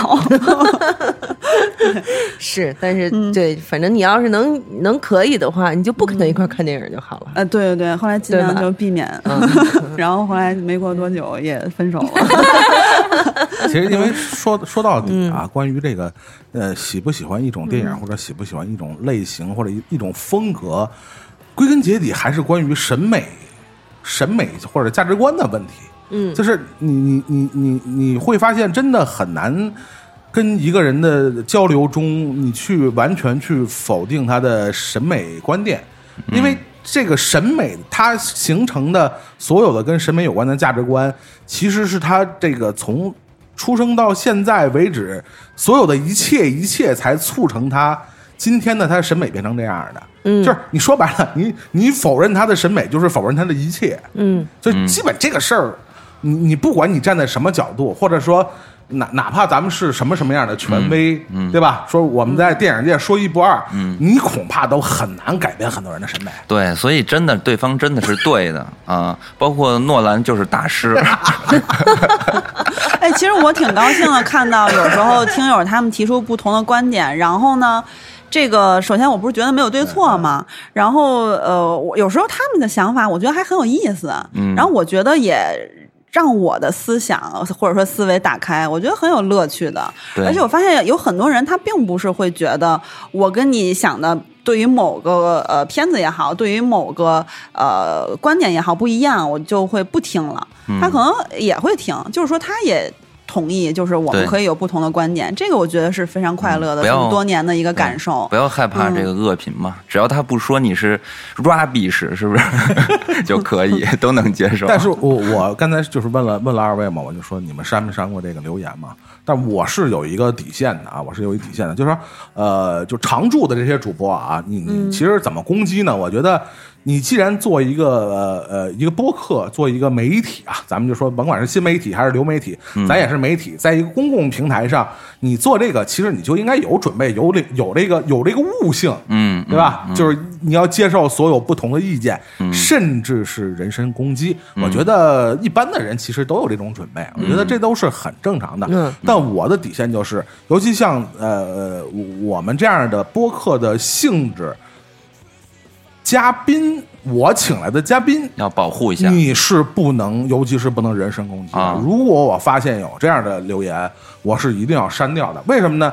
S1: 是，但是、对，反正你要是能能可以的话，你就不跟他一块儿看电影就好了。
S4: 呃，对对对，后来尽
S1: 对
S4: 量
S1: 吧嗯
S4: 就避免。 然后后来没过多久也分手了。
S2: 其实因为说说到底啊，关于这个呃喜不喜欢一种电影，或者喜不喜欢一种类型，或者一一种风格，归根结底还是关于审美、审美或者价值观的问题。嗯，就是你你你你你会发现，真的很难。跟一个人的交流中，你去完全去否定他的审美观点，因为这个审美它形成的所有的跟审美有关的价值观，其实是他这个从出生到现在为止所有的一切一切才促成他今天的他审美变成这样的。嗯，就是你说白了，你你否认他的审美，就是否认他的一切。
S1: 嗯，
S2: 所以基本这个事儿，你你不管你站在什么角度，或者说哪哪怕咱们是什么什么样的权威，对吧？说我们在电影界说一不二，你恐怕都很难改变很多人的审美。
S5: 对，所以真的对方真的是对的啊，包括诺兰就是大师，
S4: 哎，其实我挺高兴的，看到有时候听友他们提出不同的观点，然后呢。这个首先我不是觉得没有对错嘛，然后呃，我有时候他们的想法我觉得还很有意思，嗯然后我觉得也让我的思想或者说思维打开，我觉得很有乐趣的。
S5: 对
S4: 而且我发现有很多人他并不是会觉得我跟你想的对于某个呃片子也好，对于某个呃观点也好不一样，我就会不听了。
S5: 嗯
S4: 他可能也会听，就是说他也。同意，就是我们
S5: 对
S4: 可以有不同的观点，这个我觉得是非常快乐的，
S5: 嗯
S4: 这
S5: 不要
S4: 么多年的一个感受
S5: 不。要害怕这个恶评嘛，
S2: 嗯
S5: 只要他不说你是 rubbish，是不 是就可以都能接受？
S2: 但是我我刚才就是问了问了二位嘛，我就说你们删没删过这个留言嘛？但我是有一个底线的啊，我是有一底线的，就是说，呃，就常驻的这些主播啊，你你其实怎么攻击呢？我觉得你既然做一个呃呃一个播客，做一个媒体啊，咱们就说甭管是新媒体还是流媒体，咱也是媒体，在一个公共平台上，你做这个，其实你就应该有准备，有这有这个有这个悟性，
S5: 嗯，嗯
S2: 对吧？就是你要接受所有不同的意见，甚至是人身攻击。我觉得一般的人其实都有这种准备，
S5: 嗯
S2: 我觉得这都是很正常的。
S1: 嗯
S2: 但我的底线就是，尤其像呃我我们这样的播客的性质，嘉宾我请来的嘉宾。
S5: 要保护一下。
S2: 你是不能，尤其是不能人身攻击的
S5: 啊
S2: 如果我发现有这样的留言，我是一定要删掉的。为什么呢？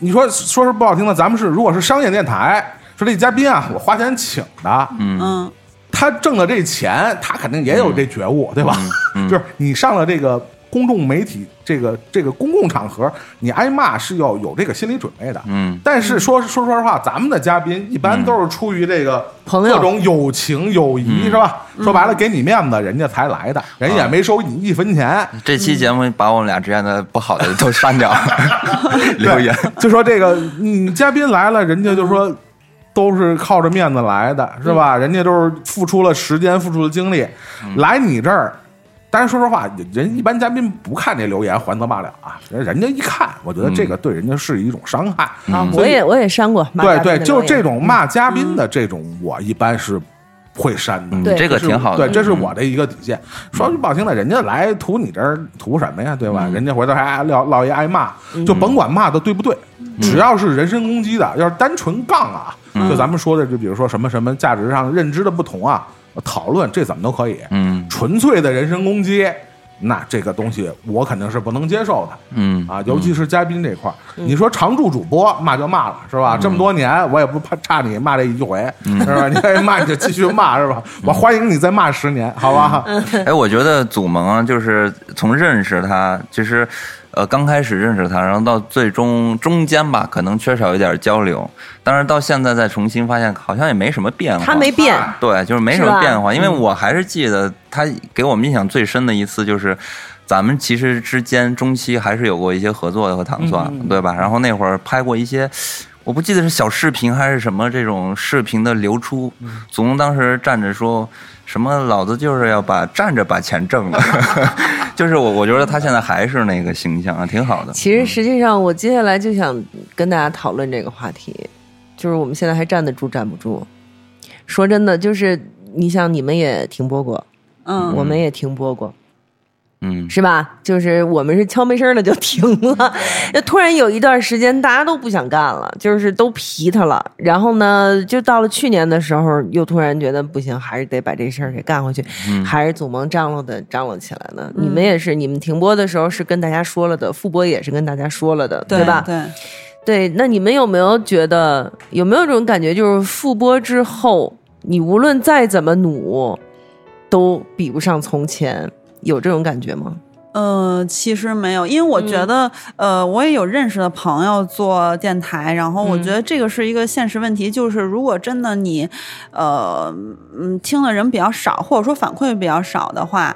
S2: 你说说是不好听的，咱们是如果是商业电台，说这嘉宾啊，我花钱请的，
S4: 嗯，
S2: 他挣了这钱，他肯定也有这觉
S5: 嗯
S2: 悟，对吧？就是你上了这个公众媒体，这个这个公共场合，你挨骂是要有这个心理准备的。
S5: 嗯，
S2: 但是说说实话，咱们的嘉宾一般都是出于这个
S1: 朋友嗯
S2: 各种友情友谊，是吧？说白了，给你面子，人家才来
S1: 啊
S2: 的，人家也没收你一分钱。
S5: 这期节目把我们俩之间的不好的都 删掉，留言。
S2: 就说这个，你嘉宾来了，人家就说都是靠着面子来的，是
S1: 嗯
S2: 吧？人家都是付出了时间，付出了精力，来你这儿。当然，说实话，人一般嘉宾不看这留言，还则罢了啊。人人家一看，我觉得这个对人家是一种伤害。
S1: 啊，
S2: 嗯
S1: 嗯
S2: 所
S1: 我
S2: 以
S1: 也我也删过，马
S2: 对
S1: 甲
S2: 对，
S1: 的嗯
S2: 就
S1: 留言
S2: 这种骂嘉宾的这种，我一般是会删的。
S5: 嗯，
S1: 对
S5: 这个挺好的。嗯
S2: 对，这是我的一个底线。说句不好听的，人家来图你这儿图什么呀，对
S5: 嗯
S2: 吧？人家回头还挨撂落一挨骂，
S1: 嗯
S2: 就甭管骂的对不对，
S5: 嗯
S2: 只要是人身攻击的，要是单纯杠啊，就咱们说的，就比如说什么什么价值上认知的不同啊，讨论这怎么都可以。
S5: 嗯
S2: 纯粹的人身攻击，那这个东西我肯定是不能接受的。
S5: 嗯
S2: 啊，尤其是嘉宾这块儿，
S4: 嗯
S2: 你说常驻主播骂就骂了，是吧？这么多年我也不怕差你骂这一回，是吧？你爱骂你就继续骂，是吧？我欢迎你再骂
S4: 嗯
S2: 十年，好吧？
S5: 哎，我觉得祖萌啊，就是从认识他，其实，呃刚开始认识他，然后到最终中间吧，可能缺少一点交流。但是到现在再重新发现，好像也没什么变化。
S1: 他没变，
S5: 对，就是没什
S1: 是
S5: 么
S1: 吧嗯
S5: 变化，因为我还是记得他给我们印象最深的一次就是。咱们其实之间中期还是有过一些合作的和糖蒜，
S1: 嗯
S5: 对吧？然后那会儿拍过一些，我不记得是小视频还是什么这种视频的流出。
S1: 嗯
S5: 祖宗当时站着说什么“老子就是要把站着把钱挣 了”，就是我我觉得他现在还是那个形象啊，挺好的。
S1: 其实
S2: 嗯
S1: 实际上，我接下来就想跟大家讨论这个话题，就是我们现在还站得住站不住。说真的，就是你想，你们也停播过，
S4: 嗯
S1: 我们也停播过，
S5: 嗯，
S1: 是吧？就是我们是悄没声儿的就停 了，就突然有一段时间大家都不想干了，就是都皮他了。然后呢，就到了去年的时候，又突然觉得不行，还是得把这事儿给干回去，
S4: 嗯
S1: 还是祖盟张罗的张罗起来的。你们也是，你们停播的时候是跟大家说了的，复播也是跟大家说了的，
S4: 对
S1: 吧？
S4: 对，
S1: 对，那你们有没有觉得有没有这种感觉，就是复播之后，你无论再怎么努，都比不上从前，有这种感觉吗？
S4: 呃，其实没有，因为我
S1: 嗯
S4: 觉得，呃，我也有认识的朋友做电台，然后
S1: 嗯
S4: 我觉得这个是一个现实问题，就是如果真的你，呃，嗯，听的人比较少，或者说反馈比较少的话，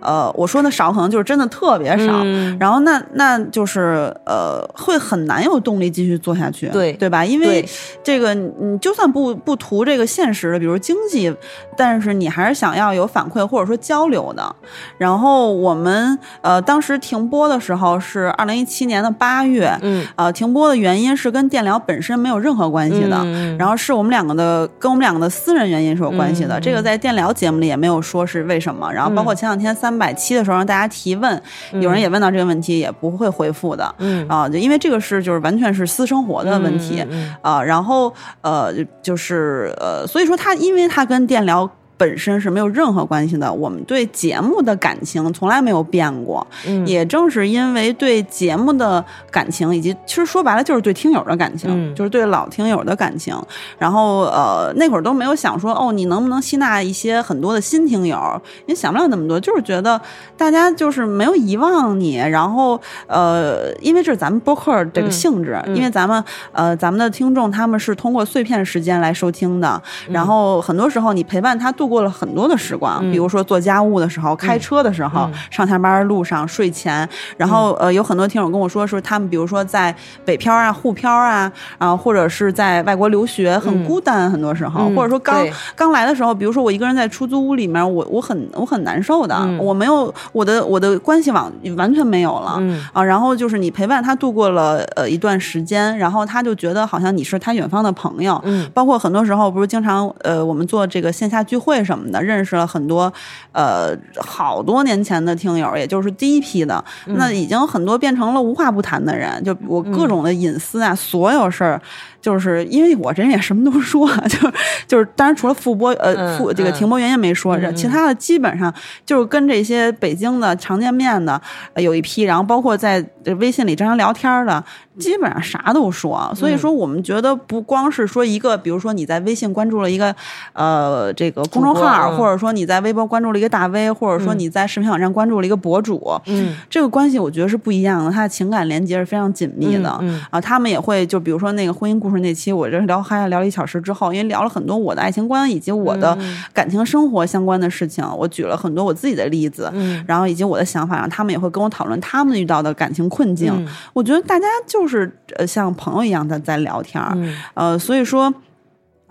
S4: 呃，我说的少，可能就是真的特别少，
S1: 嗯
S4: 然后那那就是呃，会很难有动力继续做下去，
S1: 对
S4: 对吧？因为
S1: 对
S4: 这个你就算不不图这个现实的，比如经济，但是你还是想要有反馈或者说交流的。然后我们呃当时停播的时候是二零一七年的八月，
S1: 嗯，
S4: 呃停播的原因是跟电疗本身没有任何关系的，
S1: 嗯
S4: 然后是我们两个的跟我们两个的私人原因是有关系的，
S1: 嗯
S4: 这个在电疗节目里也没有说是为什么。然后包括前两天三百期的时候让大家提问，有人也问到这个问题，也不会回复的。
S1: 嗯
S4: 啊，就因为这个是就是完全是私生活的问题，
S1: 嗯
S4: 啊，然后呃，就就是呃，所以说它因为它跟电疗。本身是没有任何关系的，我们对节目的感情从来没有变过，
S1: 嗯
S4: 也正是因为对节目的感情，以及其实说白了就是对听友的感情，
S1: 嗯
S4: 就是对老听友的感情。然后呃，那会儿都没有想说哦，你能不能吸纳一些很多的新听友，也想不了那么多，就是觉得大家就是没有遗忘你，然后呃，因为这是咱们播客这个
S1: 嗯
S4: 性质，
S1: 嗯
S4: 因为咱们呃咱们的听众他们是通过碎片时间来收听的，然后很多时候你陪伴他度过了很多的时光，
S1: 嗯
S4: 比如说做家务的时候、开车的时候、
S1: 嗯
S4: 上下班路上、睡前，然后呃有很多听友跟我说说他们比如说在北漂啊、沪漂啊啊、或者是在外国留学很
S1: 嗯
S4: 孤单，很多时候、
S1: 嗯
S4: 或者说刚
S1: 对
S4: 刚来的时候，比如说我一个人在出租屋里面，我我很我很难受的，
S1: 嗯
S4: 我没有我的我的关系网完全没有了。
S1: 嗯
S4: 啊，然后就是你陪伴他度过了呃一段时间，然后他就觉得好像你是他远方的朋友，
S1: 嗯
S4: 包括很多时候不是经常呃，我们做这个线下聚会什么的，认识了很多呃好多年前的听友，也就是第一批的，
S1: 嗯
S4: 那已经很多变成了无话不谈的人。就我各种的隐私啊，所有事儿，就是因为我这人也什么都说， 就是就是，当然除了复播呃
S1: 嗯
S4: 复这个
S1: 嗯
S4: 停播原因没说，然后其他的基本上就是跟这些北京的常见面的呃有一批，然后包括在呃微信里经常聊天儿的，基本上啥都说。啊
S1: 嗯
S4: 所以说，我们觉得不光是说一个，比如说你在微信关注了一个呃这个公众
S1: 主
S4: 号
S1: 播
S4: 儿，
S1: 嗯
S4: 或者说你在微博关注了一个大 V，或者说
S1: 嗯
S4: 你在视频网站关注了一个博主，
S1: 嗯
S4: 这个关系我觉得是不一样的，它的情感连接是非常紧密的。
S1: 嗯
S4: 啊，他们也会就比如说那个婚姻故事那期，我这聊嗨聊了一小时之后，因为聊了很多我的爱情观以及我的
S1: 嗯
S4: 感情生活相关的事情，我举了很多我自己的例子，
S1: 嗯
S4: 然后以及我的想法，然后他们也会跟我讨论他们遇到的感情困境。
S1: 嗯
S4: 我觉得大家就是呃像朋友一样在在聊天儿，
S1: 嗯
S4: 呃，所以说。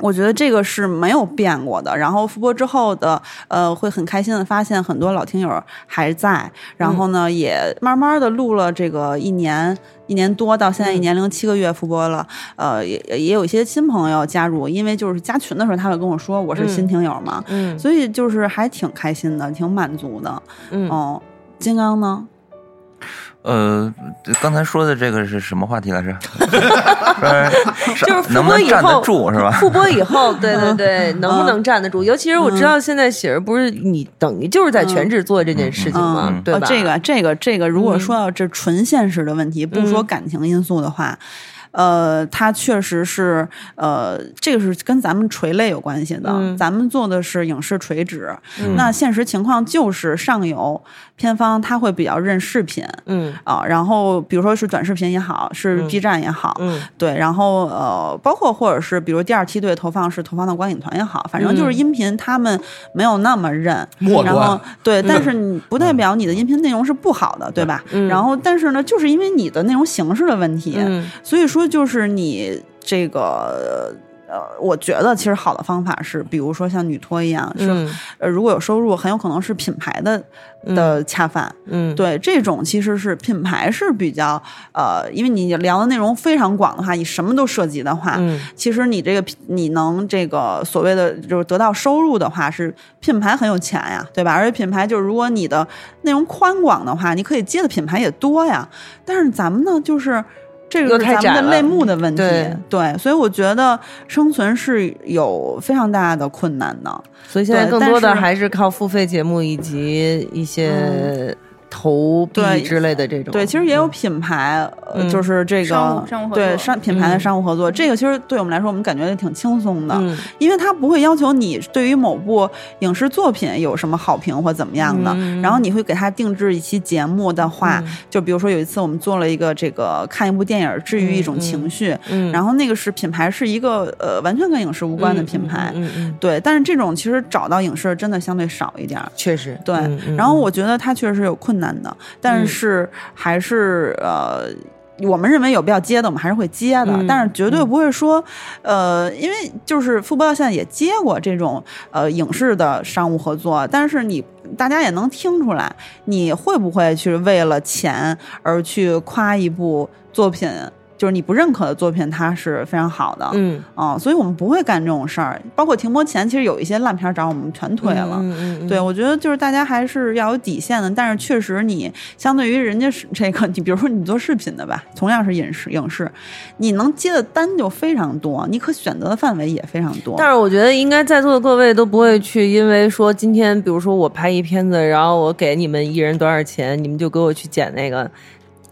S4: 我觉得这个是没有变过的。然后复播之后的，呃，会很开心的发现很多老听友还在，然
S1: 嗯
S4: 后呢，也慢慢的录了这个一年一年多，
S1: 嗯
S4: 到现在一年零七个月复播了。呃，也也有一些新朋友加入，因为就是加群的时候，他会跟我说我是新听友嘛，
S1: 嗯
S4: 所以就是还挺开心的，挺满足的。
S1: 嗯，
S4: 哦，金刚呢？
S5: 呃，刚才说的这个是什么话题 来着？是
S1: 就是复
S5: 能不
S1: 播
S5: 能
S1: 以
S5: 站得
S1: 后。
S5: 住是吧？
S1: 复播以 后，对对对，能不能站得住？尤其是我
S4: 嗯
S1: 知道现在喜儿不是你等于就是在全职做这件事情嘛，
S4: 嗯，
S1: 对吧？
S4: 哦这个这个这个，如果说要这纯现实的问题，不说
S1: 嗯
S4: 感情因素的话，呃，它确实是呃，这个是跟咱们垂类有关系的。
S1: 嗯
S4: 咱们做的是影视垂直，那现实情况就是上游片方他会比较认视频
S1: 嗯
S4: 啊、然后比如说是短视频也好，是 B 站也好，
S1: 嗯
S4: 对，然后呃，包括或者是比如第二梯队投放是投放到观影团也好，反正就是
S1: 嗯
S4: 音频他们没有那么认，
S2: 末
S4: 然
S2: 端
S4: 后对，但是你不代表你的音频内容是不好的，对吧？
S1: 嗯
S4: 然后但是呢，就是因为你的内容形式的问题，
S1: 嗯
S4: 所以说就是你这个。呃，我觉得其实好的方法是，比如说像女托一样，是、
S1: 嗯
S4: 呃，如果有收入，很有可能是品牌的的恰饭，
S1: 嗯，
S4: 对，这种其实是品牌是比较呃，因为你聊的内容非常广的话，你什么都涉及的话，
S1: 嗯
S4: 其实你这个你能这个所谓的就是得到收入的话，是品牌很有钱呀，对吧？而且品牌就是如果你的内容宽广的话，你可以接的品牌也多呀。但是咱们呢，就是。这
S1: 又
S4: 个是
S1: 太
S4: 咱
S1: 窄
S4: 们
S1: 了
S4: 的类目的问题，
S1: 对
S4: 对，所以我觉得生存是有非常大的困难的。
S1: 所以现在
S4: 对
S1: 更
S4: 但
S1: 多的
S4: 是
S1: 还是靠付费节目以及一些投币
S4: 嗯对
S1: 之类的这种。
S4: 对，其实也有品牌，呃
S1: 嗯
S4: 就是这个
S3: 商务商务合
S4: 对
S3: 作
S4: 商品牌的
S1: 嗯
S4: 商务合作，这个其实对我们来说，我们感觉也挺轻松的，
S1: 嗯
S4: 因为它不会要求你对于某部影视作品有什么好评或怎么样的，
S1: 嗯
S4: 然后你会给它定制一期节目的话，
S1: 嗯
S4: 就比如说有一次我们做了一个这个看一部电影治愈一种情绪，
S1: 嗯，
S4: 然
S1: 后
S4: 后那个是品牌是一个呃完全跟影视无
S1: 无
S4: 关的品牌，
S1: 嗯嗯嗯嗯
S4: 对，但是这种其实找到影视真的相对少一点儿。
S1: 确实
S4: 对，
S1: 嗯嗯
S4: 然后我觉得它确实是有困难的，但是还是呃。我们认为有必要接的，我们还是会接的，
S1: 嗯
S4: 但是绝对不会说，呃，因为就是富播到现在也接过这种呃影视的商务合作，但是你大家也能听出来，你会不会去为了钱而去夸一部作品，就是你不认可的作品，它是非常好的，
S1: 嗯
S4: 啊、所以我们不会干这种事儿。包括停播前，其实有一些烂片儿找我们全退了，
S1: 嗯嗯嗯
S4: 对，我觉得就是大家还是要有底线的，但是确实你相对于人家是 这个，你比如说你做视频的吧，同样是影视影视，你能接的单就非常多，你可选择的范围也非常多。
S1: 但是我觉得应该在座的各位都不会去，因为说今天比如说我拍一片子，然后我给你们一人多少钱，你们就给我去剪那个，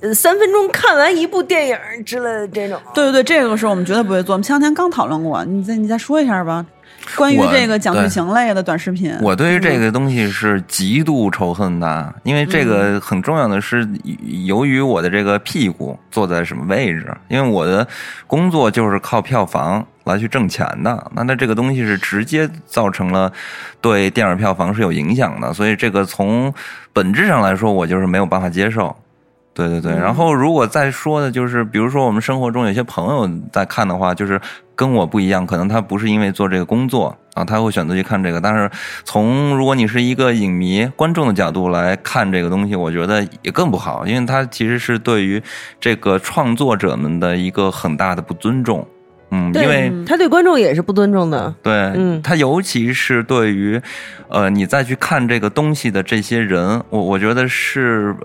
S1: 呃，三分钟看完一部电影之类的这种。
S4: 对对对，这个是我们绝对不会做。我们前两天刚讨论过，你再你再说一下吧，关于
S5: 我
S4: 这个讲剧
S5: 对
S4: 情类的短视频。
S5: 我对于这个东西是极度仇恨的，因为这个很重要的是，由于我的这个屁股坐在什么位置，因为我的工作就是靠票房来去挣钱的。那那这个东西是直接造成了对电影票房是有影响的，所以这个从本质上来说，我就是没有办法接受。对对对，然后如果再说的就是，比如说我们生活中有些朋友在看的话，就是跟我不一样，可能他不是因为做这个工作啊，他会选择去看这个。但是从如果你是一个影迷观众的角度来看这个东西，我觉得也更不好，因为它其实是对于这个创作者们的一个很大的不尊重。嗯，因为
S1: 他对观众也是不尊重的。
S5: 对，
S1: 嗯
S5: 他尤其是对于，呃，你再去看这个东西的这些人，我我觉得是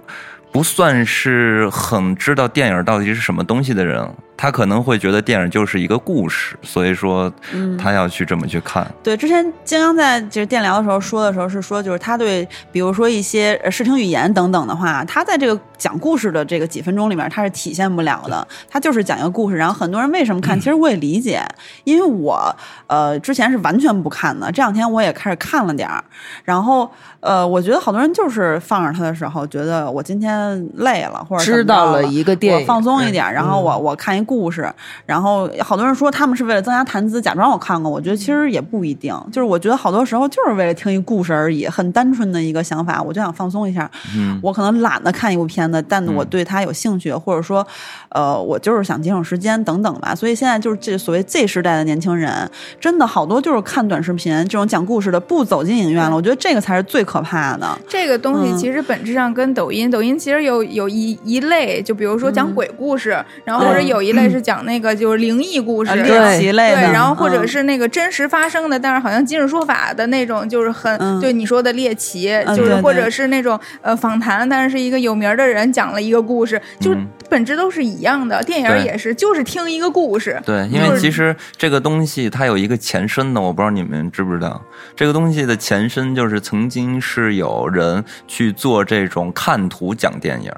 S5: 不算是很知道电影到底是什么东西的人，他可能会觉得电影就是一个故事，所以说
S4: 嗯
S5: 他要去这么去看。
S4: 对，之前金刚在就是电聊的时候说的时候是说，就是他对比如说一些呃视听语言等等的话，他在这个讲故事的这个几分钟里面，他是体现不了的。他就是讲一个故事，然后很多人为什么
S1: 嗯
S4: 看？其实我也理解，因为我呃之前是完全不看的，这两天我也开始看了点儿。然后呃，我觉得好多人就是放着他的时候，觉得我今天累了或者怎么
S1: 知道
S4: 着
S1: 了一个电影嗯
S4: 我放松一点儿，然后我我看一故事，然后好多人说他们是为了增加谈资，假装我看过，我觉得其实也不一
S1: 嗯
S4: 定。就是我觉得好多时候就是为了听一故事而已，很单纯的一个想法，我就想放松一下。
S5: 嗯，
S4: 我可能懒得看一部片子，但
S1: 嗯
S4: 我对它有兴趣，或者说，呃，我就是想节省时间等等吧。所以现在就是这所谓 Z 时代的年轻人，真的好多就是看短视频这种讲故事的，不走进影院了。我觉得这个才是最可怕的。
S3: 这个东西
S4: 嗯
S3: 其实本质上跟抖音，抖音其实有有一一类，就比如说
S4: 嗯
S3: 讲鬼故事，然后或者有一类是讲那个就是灵异故事，
S4: 呃
S3: 然后
S4: 猎奇类
S3: 对，
S4: 的，
S3: 然后或者
S4: 嗯
S3: 是那个真实发生的，但是好像今日说法的那种，就是很、
S4: 嗯
S3: 就你说的猎奇，
S4: 嗯
S3: 就是
S4: 对
S3: 或
S4: 对
S3: 者是那种呃访谈，但是是一个有名儿的人讲了一个故事，就是
S5: 嗯
S3: 本质都是一样的，电影儿
S5: 对
S3: 也是，就是听一个故事。
S5: 对，因
S3: 就
S5: 为
S3: 是
S5: 其实这个东西它有一个前身的，我不知道你们知不知道。这个东西的前身就是曾经是有人去做这种看图讲电影，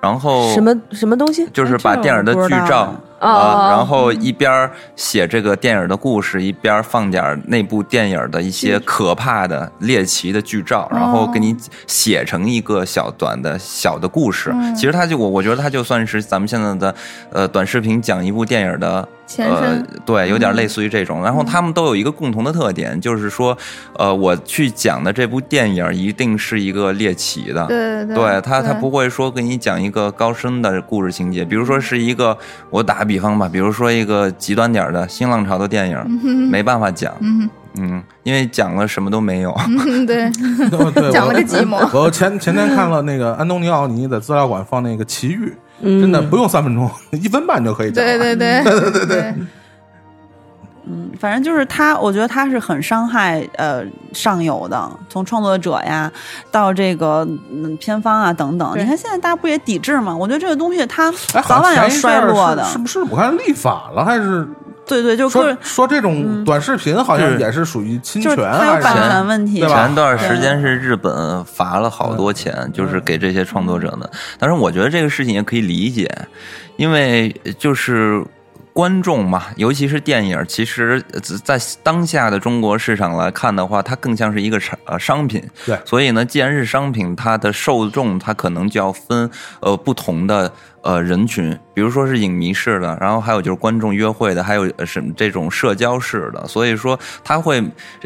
S5: 然后
S1: 什么什么东西？
S5: 就是把电影的剧照
S1: 这我不知道啊
S3: 哦
S5: 啊，然后一边写这个电影的故事，一边放点儿那部电影的一
S3: 嗯
S5: 些可怕的、猎奇的剧照，然后给你写成一个小短的小的故事。
S3: 嗯
S5: 其实它就我我觉得它就算是咱们现在的呃短视频讲一部电影的
S3: 前
S5: 呃
S3: 身嗯
S5: 对，有点类似于这种。然后他们都有一个共同的特点，就是说呃我去讲的这部电影一定是一个猎奇的，
S3: 对对
S5: 对他，他不会说给你讲一个高深的故事情节，比如说是一个，我打个比方吧，比如说一个极端点儿的新浪潮的电影，
S3: 嗯
S5: 没办法讲，
S3: 嗯
S5: 嗯，因为讲了什么都没有。
S3: 嗯 对，
S2: 对对，
S3: 讲了个
S2: 我
S3: 寂 寞。
S2: 我前前天看了那个安东尼奥尼在资料馆放那个《奇遇》，
S1: 哦
S2: 真
S1: 嗯
S4: 嗯
S2: 的不用三分钟，一分半就可以讲。
S3: 对对对对对对，
S4: 嗯反正就是他，我觉得他是很伤害呃上游的，从创作者呀到这个嗯片方啊等等。
S3: 对
S4: 你看现在大家不也抵制吗？我觉得这个东西它
S2: 哎，
S4: 早
S2: 好像
S4: 晚要
S2: 前一阵
S4: 衰
S2: 儿
S4: 落
S2: 是
S4: 的。
S2: 是不是？我看立法了，还是
S4: 对对，就
S2: 说
S4: 是
S2: 说这种短视频好像
S5: 是
S2: 也是属于侵
S4: 就
S2: 权
S4: 是它有
S2: 还
S4: 版
S2: 是？
S4: 权问题，
S2: 对吧
S5: 前段时间是日本罚了好多钱，就是给这些创作者们。但是我觉得这个事情也可以理解，因为就是观众嘛，尤其是电影，其实呃在当下的中国市场来看的话，它更像是一个产呃商品。
S2: 对
S5: 所以呢，既然是商品，它的受众它可能就要分呃不同的呃人群，比如说是影迷式的，然后还有就是观众约会的，还有呃什么这种社交式的。所以说，它会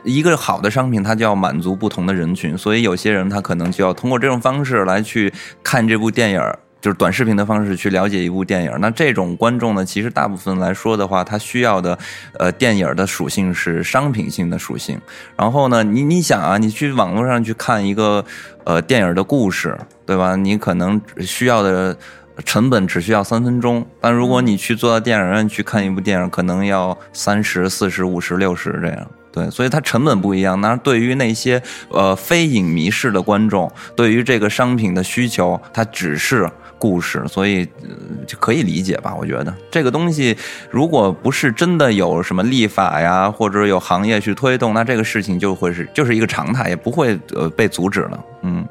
S5: 一个好的商品，它就要满足不同的人群。所以有些人他可能就要通过这种方式来去看这部电影儿。就是短视频的方式去了解一部电影儿，那这种观众呢，其实大部分来说的话，他需要的，呃，电影儿的属性是商品性的属性，然后呢，你你想啊，你去网络上去看一个呃电影的故事，对吧？你可能需要的成本只需要三分钟，但如果你去坐到电影院去看一部电影，可能要三十、四十、五十、六十这样。对，所以它成本不一样。那对于那些呃非影迷式的观众，对于这个商品的需求，它只是故事，所以、呃、就可以理解吧？我觉得这个东西如果不是真的有什么立法呀，或者有行业去推动，那这个事情就会是就是一个常态，也不会呃被阻止了。嗯，